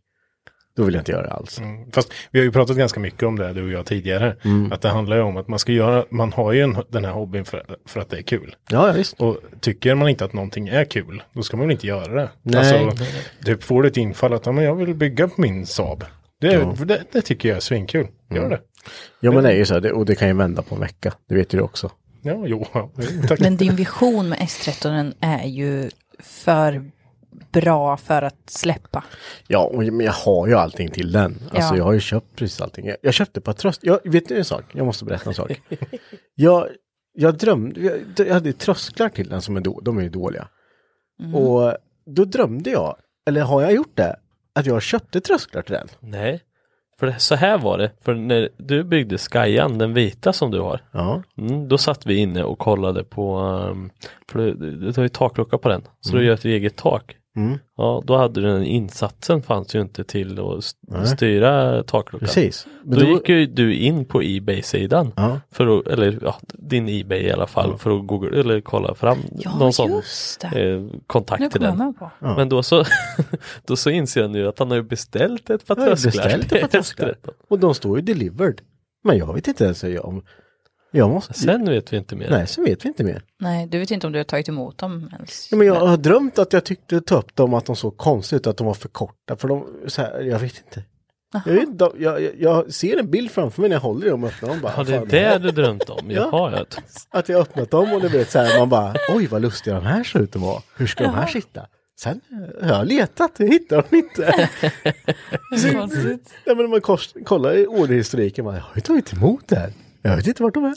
då vill jag inte göra det alls. Mm. Fast vi har ju pratat ganska mycket om det, du och jag tidigare. Att det handlar ju om att man ska göra, man har ju en, den här hobbyn för, för att det är kul. Ja, ja, visst. Och tycker man inte att någonting är kul, då ska man väl inte göra det. Nej. Alltså, typ får du ett infall att "Ja, men jag vill bygga på min Saab. Det, det, det tycker jag är svinkul. Mm. Gör det. Ja, men det är ju så, här, det, och det kan ju vända på en vecka, det vet ju du också. Ja, jo, [laughs] ja. [laughs] tack. Men din vision med S13 är ju för bra för att släppa. Ja, och, men jag har ju allting till den. Alltså Ja. jag har ju köpt precis allting. Jag, jag köpte på tröst. Jag, vet du en sak? Jag måste berätta en sak. jag, jag drömde, jag, jag hade trösklar till den som är, då, de är ju dåliga. Och då drömde jag, eller har jag gjort det? Att jag köpte trösklar till den. Nej, för det, så här var det, för när du byggde Skyan, den vita som du har. Ja. Mm, då satt ehm, vi inne och kollade på, um, för du, du, du har ju taklucka på den, så du gör ett eget tak. Mm. Ja, då hade den insatsen fanns ju inte till att s- styra takluckan. Precis. Men Då, då- gick ju du in på Ebay-sidan, Ja. för att, eller ja, din Ebay i alla fall, för att googla, eller kolla fram Ja, någon sån just det. eh, kontakt Nu till kommer jag den. med på. Ja. Men då så, [laughs] då så inser han ju att han har ju beställt ett par Jag har ju trösklar. [laughs] beställt ett par [laughs] till trösklar. S13. Och de står ju delivered. Men jag vet inte ens om... Jag måste... Sen vet vi inte mer. Nej, så vet vi inte mer. Nej, du vet inte om du har tagit emot dem ens. Ja, men jag har drömt att jag tyckte ta upp dem att de såg konstigt ut, att de var för korta. För de, så här, jag vet inte. Jag, vet, inte, de, jag, jag- jag ser en bild framför mig när jag håller i dem och öppnar dem. Bara, Har det fan, det du drömt om? Ja. Jaha, ja. Att jag har öppnat dem och du vet så här, man bara oj vad lustiga de här ser ut att vara. Hur ska de här sitta? Sen eh, har jag letat, jag hittar dem [laughs] inte. Konstigt. ja, men om man kors, kollar i orderhistoriken, man, jag har ju tagit emot det här. Jag vet inte vart de är.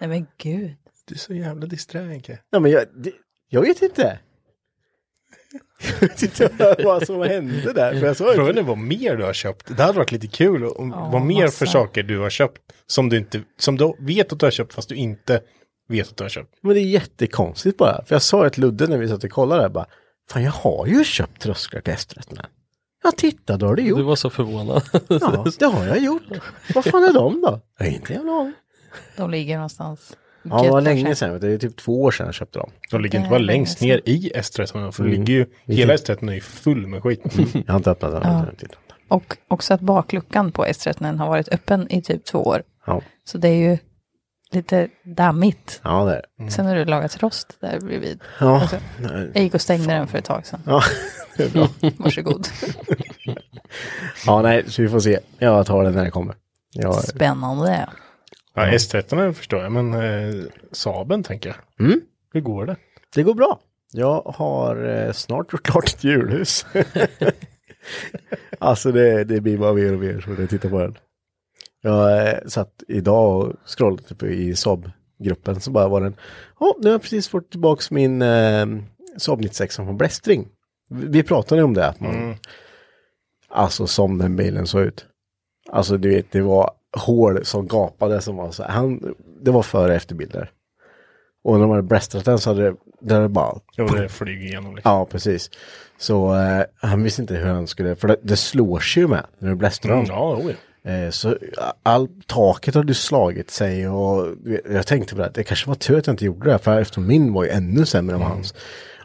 Nej men gud. Du är så jävla disträ Henke. Ja, men jag, det, jag vet inte. [laughs] Jag vet inte vad- vad som hände där. För jag såg Frågan är vad mer du har köpt. Det hade varit lite kul om vad mer massa. för saker du har köpt som du, inte, som du vet att du har köpt fast du inte vet att du har köpt. Men det är jättekonstigt bara. För jag sa det till Ludde när vi satt och kollade här bara. Fan jag har ju köpt trösklar till efterrätterna. Ja titta då har det Du gjort. var så förvånad. Ja det har jag gjort. Vad fan är de då? Jag har inte en aning. De ligger någonstans. Ja det var Gött, länge kanske. sedan. vet du. Det är typ två år sedan jag köpte dem. De ligger Det inte bara är längst länge ner i S13. Mm. För det ligger ju, hela S13 är ju full med skit. Jag har inte öppnat dem. Ja. Och också att bakluckan på S13 har varit öppen i typ två år. Ja. Så det är ju lite dammigt. ja det är det. Sen har du lagat rost där bredvid. Ja. Alltså, jag gick och stängde den för ett tag sedan. [laughs] Ja. det är bra. [laughs] Varsågod. ja nej så vi får se. Jag tar den när det kommer. Jag, Spännande. Ja, S13 förstår jag, men eh, Saben tänker jag. Mm. Hur går det? det går bra. Jag har eh, snart gjort klart ett julhus. alltså det, det blir bara mer och mer som jag tittar på den. Jag eh, satt idag och scrollade typ i Saab-gruppen så bara var den. Ja, nu har jag precis fått tillbaka min eh, Saab 96 från Blästring. Vi vi pratade ju om det. Att man, Mm. Alltså som den bilen såg ut. Alltså du vet, det var hål som gapade som var så här. Han, det var före och efterbilder. Och när de hade blästrat den så hade det, det hade bara Jo, det flyger igenom liksom. Ja, precis. Så eh, han visste inte hur han skulle, för det, det slås ju med när du blästrar Mm, dem. ja, oj. Eh, så all, taket hade ju slagit sig och du vet, jag tänkte på det, det kanske var tur att jag inte gjorde det, för eftersom min var ju ännu sämre Mm. än hans.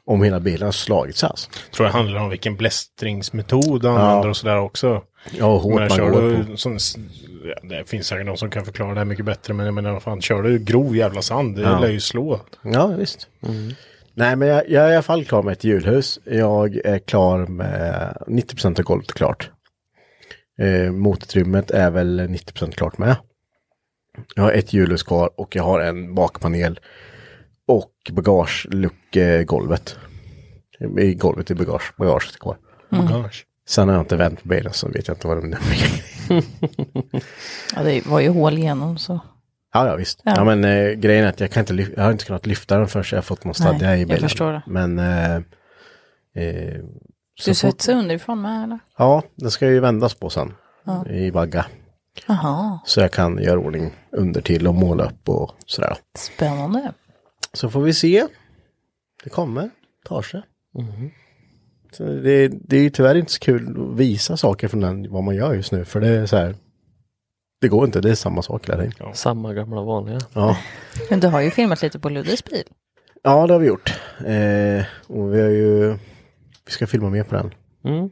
Om hela bilen hade slagits alltså. Tror jag handlar om vilken blästringsmetod han använder och sådär också. Ja, och hårt Men man kör går på. du, som, ja, det finns säkert någon som kan förklara det här mycket bättre, men jag menar, fan, kör du grov jävla sand, det lär ju slå. Ja, visst. Nej, men jag, jag är i alla fall klar med ett julhus. Jag är klar med 90 av golvet är klart. Eh, motutrymmet är väl 90 klart med. Jag har ett julhus kvar och jag har en bakpanel och bagageluckegolvet. I golvet i bagage, bagaget är kvar. Bagage. Sen har jag inte vänt på bilen så vet jag inte vad den är. Ja, det var ju hål igenom så. Ja, ja visst. Ja. Ja. men eh, grejen är att jag, kan inte lyf- jag har inte kunnat lyfta den förrän jag har fått någon Nej, stadga i jag bilen. förstår det. Men... Eh, eh, så Du fort- svetsar underifrån med eller? Ja, den ska ju vändas på sen. I vagga. Jaha, Så jag kan göra ordning under till och måla upp och sådär. spännande. Så får vi se. Det kommer, tar sig. Så det, det är ju tyvärr inte så kul att visa saker från den, vad man gör just nu. För det är så här. Det går inte, det är samma sak hela tiden. Samma gamla vanliga. Ja. Men du har ju filmat lite på Luddes bil. ja, det har vi gjort. Eh, och vi har ju, vi ska filma mer på den. Mm.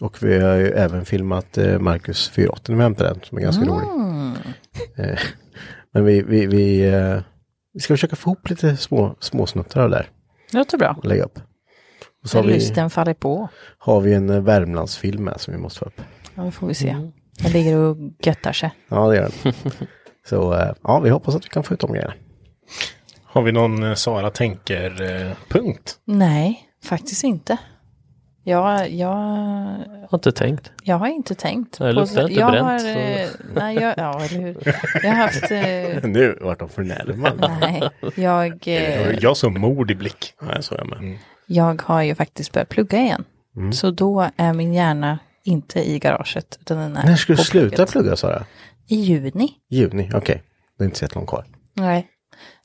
Och vi har ju även filmat eh, Marcus 480 när vi hämtade den, som är Ah. ganska rolig. Mm. Eh, men vi, vi, vi, eh, vi ska försöka få ihop lite små, småsnuttar av det där Det låter bra. och lägga upp. Och så Så har vi, lusten faller på. har vi en eh, Värmlandsfilm med som vi måste få upp. Ja, det får vi se. Mm. Den ligger och göttar sig. Ja, det gör den. [laughs] så eh, ja, vi hoppas att vi kan få ut de grejerna. Har vi någon eh, Sara eh, tänker-punkt? Nej, faktiskt inte. Jag, jag Jag har inte tänkt. Jag har inte tänkt. Nej, på- luktar inte jag bränt, Har, så- eh, nej, jag, ja, eller hur. Jag har [laughs] haft... Eh, Nu vart de förnärmade. nej, [laughs] jag, eh, Jag som mord i blick. Nej, så är jag med. jag har ju faktiskt börjat plugga igen. Mm. Så då är min hjärna inte i garaget. Utan den är När ska du på sluta plugget. plugga, Sara? I juni. Juni, okej. Det är inte så långt kvar. Nej.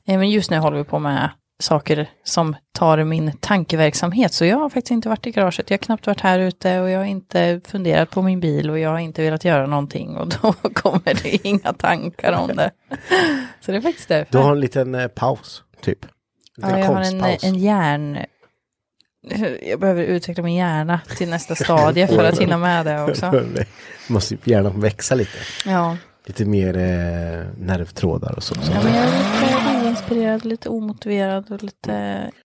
Eh, Men just nu håller vi på med saker som tar min tankeverksamhet. Så jag har faktiskt inte varit i garaget. Jag har knappt varit här ute och jag har inte funderat på min bil och jag har inte velat göra någonting. Och då [laughs] kommer det inga tankar om det. Så det är faktiskt därför. Du har en liten eh, paus, typ. Ja, jag har en, eh, en hjärn... Jag behöver utveckla min hjärna till nästa stadie för att hinna med det också. [laughs] Måste ju gärna växa lite. Ja, Lite mer eh, nervtrådar och så. ja men jag är lite oinspirerad, lite omotiverad och lite... Fast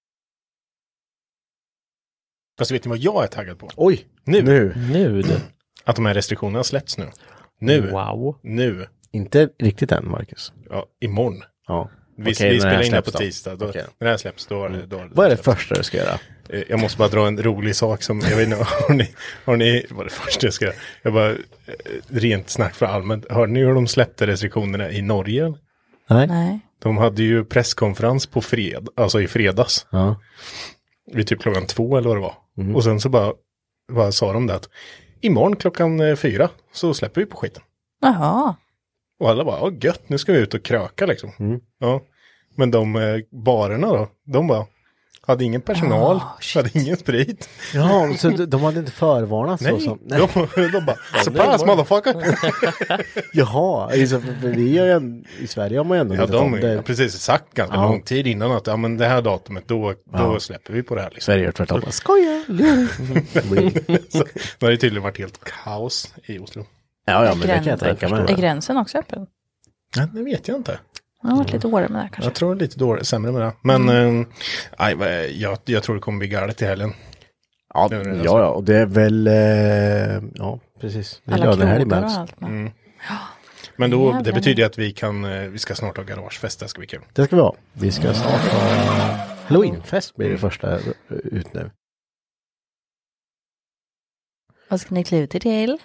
Alltså, vet ni vad jag är taggad på? Oj! Nu. nu. Nu du. Att de här restriktionerna släpps nu. Nu. Wow. Nu. Inte riktigt än, Marcus. Ja, imorgon. Ja. Vi, Okej, vi när spelar här in det släpps på då. tisdag. Då, Okej. När det här släpps då, då, då Vad är det första du ska göra? Eh, Jag måste bara dra en rolig sak som, jag vet inte, [laughs] har ni, har ni vad det första jag ska göra? Jag bara, eh, rent snack för allmänt, hörde ni hur de släppte restriktionerna i Norge? Nej. De hade ju presskonferens på fred, alltså i fredags, Ja. vid typ klockan två eller vad det var. Mhm. Och sen så bara, bara sa de det att, imorgon klockan eh, fyra så släpper vi på skiten. Jaha. Och alla bara, åh gött, nu ska vi ut och kröka liksom. Ja. Men de eh, barerna då, de bara, hade ingen personal, Ah, hade ingen sprit. Ja, så de- de hade inte förvarnat så Nej, som... [laughs] de, de bara, surprise motherfucker! Jaha, alltså, för- för vi har ju en, i Sverige har man ju ändå Ja, vetat de om har det. ju precis sagt ganska Ja. lång tid innan att ja, men det här datumet då, då släpper vi på det här. Liksom. Sverige gör tvärtom. Bara, Skoja! lurar. Det blir- Så, det har ju tydligen varit helt kaos i Oslo. ja, ja, men det kan jag Gränsen. tänka Är mig. gränsen också öppen? Nej, det vet jag inte. Jag har varit lite årig med det här kanske. Jag tror det är lite dåligt, sämre med det. Men eh, aj, vad- jag, jag tror det kommer bli galet i helgen. Ja, Det är ja, det ja, och det är väl... Eh, ja, precis. Det är Alla lönehelg med krogar och också. allt med. Mm. Men då, Jävlar. det betyder ju att vi kan, eh, vi ska snart ha garagefest, det ska bli kul. Det ska vi ha. Vi ska snart ha halloweenfest blir det första eh, ut nu. Vad ska ni kliva till till?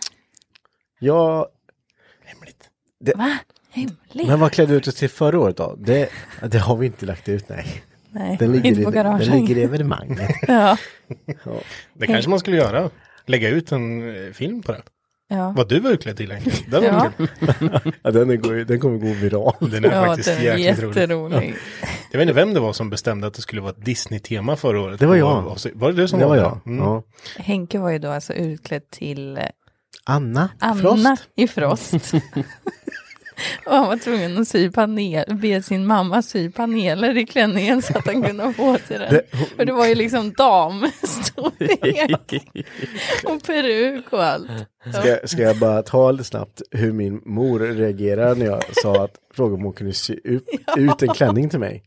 Ja, Hemligt. Va? Hemligt? men vad klädde du ut oss till förra året då? Det, det har vi inte lagt ut, nej. Nej, Den ligger, inte på i, den garagen. ligger i evenemanget. ja. Ja. Det kanske man skulle göra. Lägga ut en eh, film på det. Ja. Vad du var utklädd till egentligen. Det var Ja. kul. Ja, den, är, go- den kommer gå viral. Den är ja, faktiskt den är jäkligt rolig. jätterolig. Jag vet inte vem det var som bestämde att det skulle vara ett Disney-tema förra året. Det var på jag. avsnitt. Var det du som Det var det? jag. Mm. Ja. Henke var ju då alltså utklädd till eh, Anna, Anna Frost. i Frost. Och [laughs] han var tvungen att sy panel, be sin mamma sy paneler i klänningen så att han kunde få till den. För det var ju liksom damstorlek [laughs] och peruk och allt. Ska, ska jag bara ta lite snabbt hur min mor reagerade när jag sa att fråga om hon kunde sy ut, ut en klänning till mig.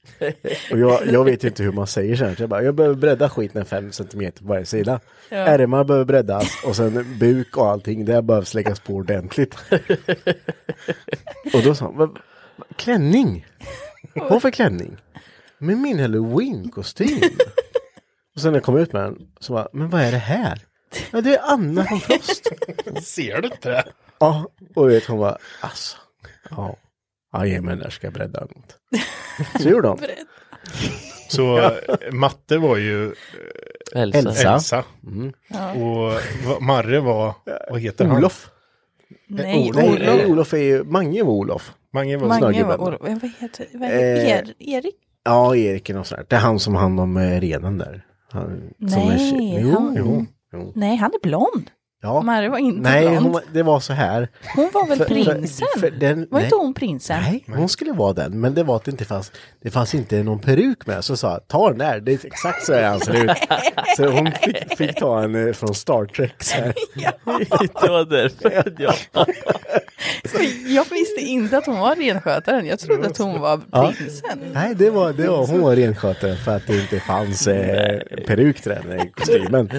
Och jag, jag vet ju inte hur man säger så här. Så jag bara, jag behöver bredda skiten fem centimeter på varje sida. Ärmar behöver breddas och sen buk och allting. Det behövs läggas på ordentligt. Och då sa hon, "Vad- vad- klänning? Vad för klänning? Med min halloween-kostym. Och sen när jag kom ut med den så bara, men vad är det här? Ja, det är Anna från Frost. Ser du inte det? Ja, och vet hon bara, alltså. Ja, ja ge mig den där ska jag bredda något. Så gjorde hon. Så eh, Matte var ju Elsa. Elsa. Elsa. Mm. Och eh, va- Marre var, vad heter han? Olof. Nej, Nej, Olof. nej, Olof är ju, Mange var Olof. Mange var Mange Snögubben. var Olof. Vad heter vad Eh. heter- er, Erik? Ja, Erik är något sånt där. Det är han som har hand om eh, renen där. Han, som är tjej. Nej, jo, han- jo, jo. Nej, han är blond. Ja. Marre var inte Nej, blond. hon, var- det var så här. Hon var väl För- för- prinsen? för den- var nej. inte hon prinsen? Nej, hon skulle vara den, men det var att det inte fanns, det fanns inte någon peruk med. Så sa jag, ta den där, det är exakt så här [laughs] han ser ut. Så hon fick, fick ta en eh, från Star Trek. Så här. [laughs] Det var därför jag... Jag visste inte att hon var renskötaren. Jag trodde att hon var prinsen. Nej, det var, det var, hon var renskötare för att det inte fanns eh, peruk till den eh, kostymen.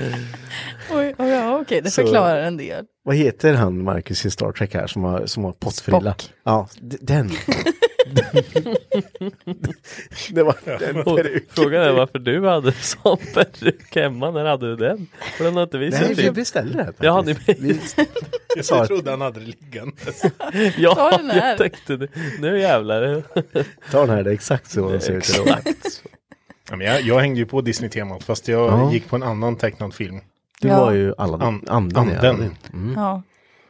Oj, oj, ja, okej, det förklarar en del. Vad heter han, Marcus, i Star Trek här som har, som har pottfrilla? Spock. Ja, d- den. [laughs] det var den peruken. Frågan är varför du hade sån peruk hemma. När hade du den? För den har inte vi Nej, sett vi till. beställde den. Ja, faktiskt. ni- Vi- Jag trodde han hade det liggandes. Ta Ja, den här. jag tänkte det. Nu jävlar. Ta den här, det är exakt så den ser ut. idag. Ja, men jag, jag hängde ju på Disney-temat fast jag Ja. gick på en annan tecknad film. Du Ja. var ju alla, An- anden. ja. anden. Ja.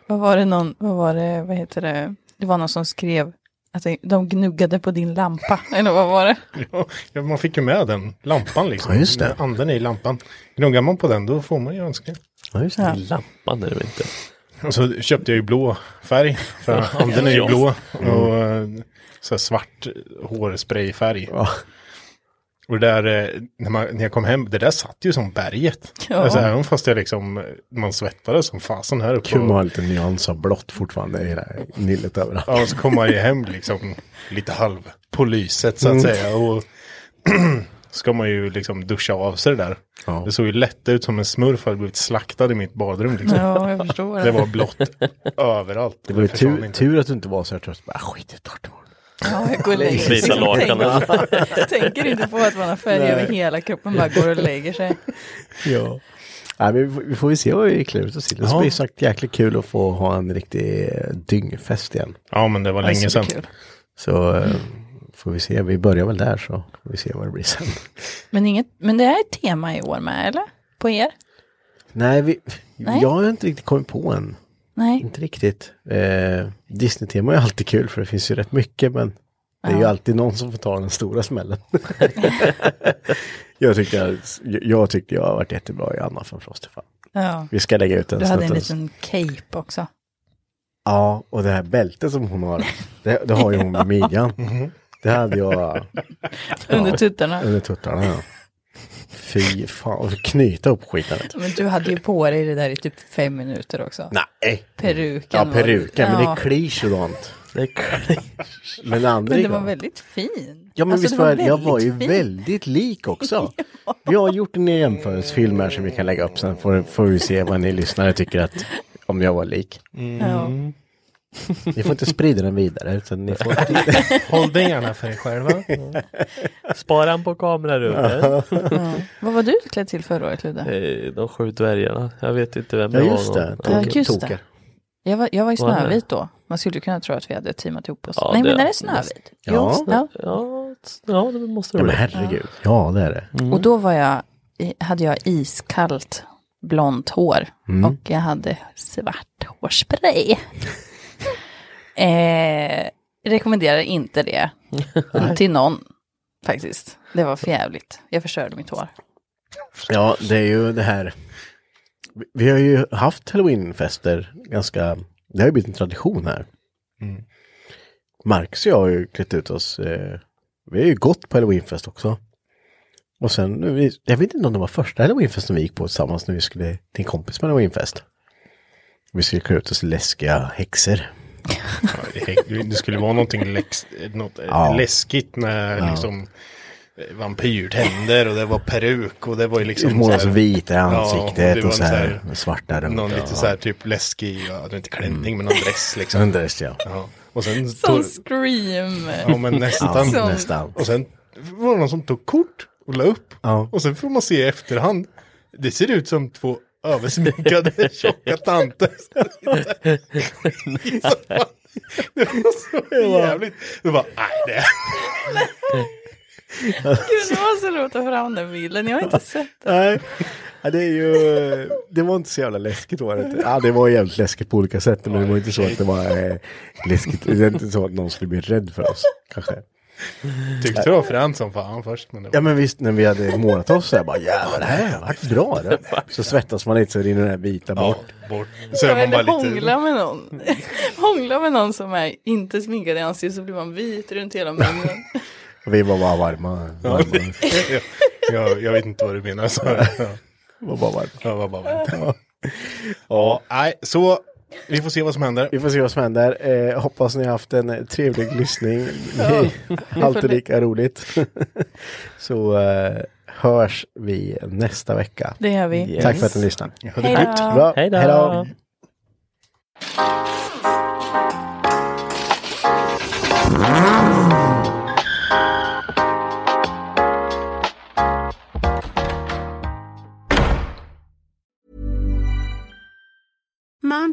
Vad var det någon, vad var det, vad heter det, det var någon som skrev Alltså, de gnuggade på din lampa, eller vad var det? [laughs] Ja, man fick ju med den lampan liksom. Ja, just det. Anden i lampan. Gnuggar man på den då får man ju önskningar. Ja, just det. Lampan är det väl inte. Och så köpte jag ju blå färg. För anden är ju blå. Och eh, så här svart hårsprayfärg. Mm. Ja. Och det där, eh, när, man, när jag kom hem, det där satt ju som berget. Ja. Alltså även fast jag liksom, eh, man svettades som fasen här uppe. Kul att Och, ha lite nyans av blått fortfarande i det här nillet överallt. ja, och så kom man ju hem liksom lite halv på lyset Mm. så att säga. Och [clears throat] ska man ju liksom duscha av sig det där. Ja. Det såg ju lätt ut som en smurf hade blivit slaktad i mitt badrum liksom. Ja, jag förstår. Det var [laughs] blått överallt. Det var ju Jag försvann tur, inte. tur att du inte var så här trött. Bara, "Ah, Skit i torrt imorgon." [laughs] Ja, jag går och lägger sig. Visa lakanen. Tänker, tänker inte på att man har färg över hela kroppen, bara går och lägger sig. Ja. Nej, men vi, får- vi får ju se vad vi klär ut oss till. Det ska Ja. bli sagt jäkligt kul att få ha en riktig eh, dyngfest igen. Ja, men det var länge Alltså, sedan. det är kul. Så eh, får vi se. Vi börjar väl där så får vi se vad det blir sen. Men, inget, men det här är ett tema i år med, eller? På er? Nej, vi, Nej. jag har inte riktigt kommit på en. Nej. Inte riktigt. Eh, Disney-tema är alltid kul för det finns ju rätt mycket men det är ju Ja. alltid någon som får ta den stora smällen. [laughs] jag, tycker, jag, jag tycker jag har varit jättebra i Anna från Frostefall. Ja. Vi ska lägga ut den Du hade en snutten. liten cape också. Ja, och det här bältet som hon har, det, det har ju hon med midjan. Det hade jag Under tuttarna. under tuttarna. Ja. Fy fan, och knyta upp skiten. vet du. Men du hade ju på dig det där i typ fem minuter också. Nej, ja Peruken. var- peruken, men det Ja, klir sådant. Det är cringe. Men andra Men det var gången- väldigt fin. Ja men Alltså, visst det var jag, jag var ju fin. väldigt [laughs] lik också. Vi har gjort en jämförelsefilm här som vi kan lägga upp sen får, får vi se vad ni lyssnare tycker att om jag var lik. Ja. Ni får inte sprida den vidare utan ni får... Håll den gärna för dig själva. Spara han på kamerarummet. Vad var du klädd till förra året Ludde? Eh, De sju dvärgarna. Jag vet inte [laughs] vem Ja det var. just det, någon- Ja, Tok- just det. Toker. Jag var, jag var i Var det? Snövit då. Man skulle kunna tro att vi hade teamat ihop oss. Ja, Nej det- men är Mm. det Snövit? Ja. Jo, ja. Ja, s- ja, det måste det Ja men vara. herregud, ja det är det. Och då var jag, i- hade jag iskallt blont hår. Mm. Och jag hade svart hårspray. [laughs] eh, rekommenderar inte det till någon faktiskt. Det var för jävligt. Jag förstörde mitt hår. Ja det är ju det här. Vi- Vi har ju haft halloweenfester ganska, det har ju blivit en tradition här. Mm. Marcus och jag har ju klätt ut oss, eh, vi har ju gått på halloweenfest också. Och sen, vi- jag vet inte om det var första halloweenfesten vi gick på tillsammans när vi skulle till en kompis på halloweenfest. Vi skulle klä ut oss i läskiga häxor. Det skulle vara någonting läx, något eh, Ja. läskigt med liksom eh, vampyrtänder och det var peruk och det var ju liksom Måla så så här- vita i det ansiktet var och en så här, så här- svarta runt. Någon lite så här typ läskig, ja, det var inte klänning Mm. men någon dress liksom. Sen dess ja. Ja. Och sen, Som tog, scream. [laughs] ja men ja nästan. Som- nästan. Och sen var det någon som tog kort och la upp. Ja. Och sen får man se i efterhand. Det ser ut som två [laughs] översminkade tjocka tanter. Så fan, det var så jävligt. Det var, nej det. Gud, det var så roligt att ta fram den bilden. Jag har inte sett den. Nej, ja, det är ju, eh, det var inte så jävla läskigt var det inte. Ja, det var jävligt läskigt på olika sätt, men det var inte så att det var eh, läskigt. Det är inte så att någon skulle bli rädd för oss, kanske. Tyckte det var fränt som fan först. Men det Ja, var... men visst, när vi hade målat oss så här, bara jävlar, det här vart bra. Det. Så svettas man lite så rinner den här vita bort. Ja, bort. Så är man Eller bara lite. hångla med någon. [laughs] hångla med någon som är inte sminkad i ansiktet så blir man vit runt hela munnen. Och vi var bara varma. varma. Jag, jag, jag vet inte vad du menar. Så. Ja, Vi var bara varma. jag var bara... ja, nej, så vi får se vad som händer. Vi får se vad som händer. Eh, hoppas ni har haft en eh, trevlig lyssning. [laughs] Alltid lika roligt. [laughs] så eh, hörs vi nästa vecka. Det gör vi. Tack för att ni lyssnade. Hej då. Bra. Hej då. Hej då. Mom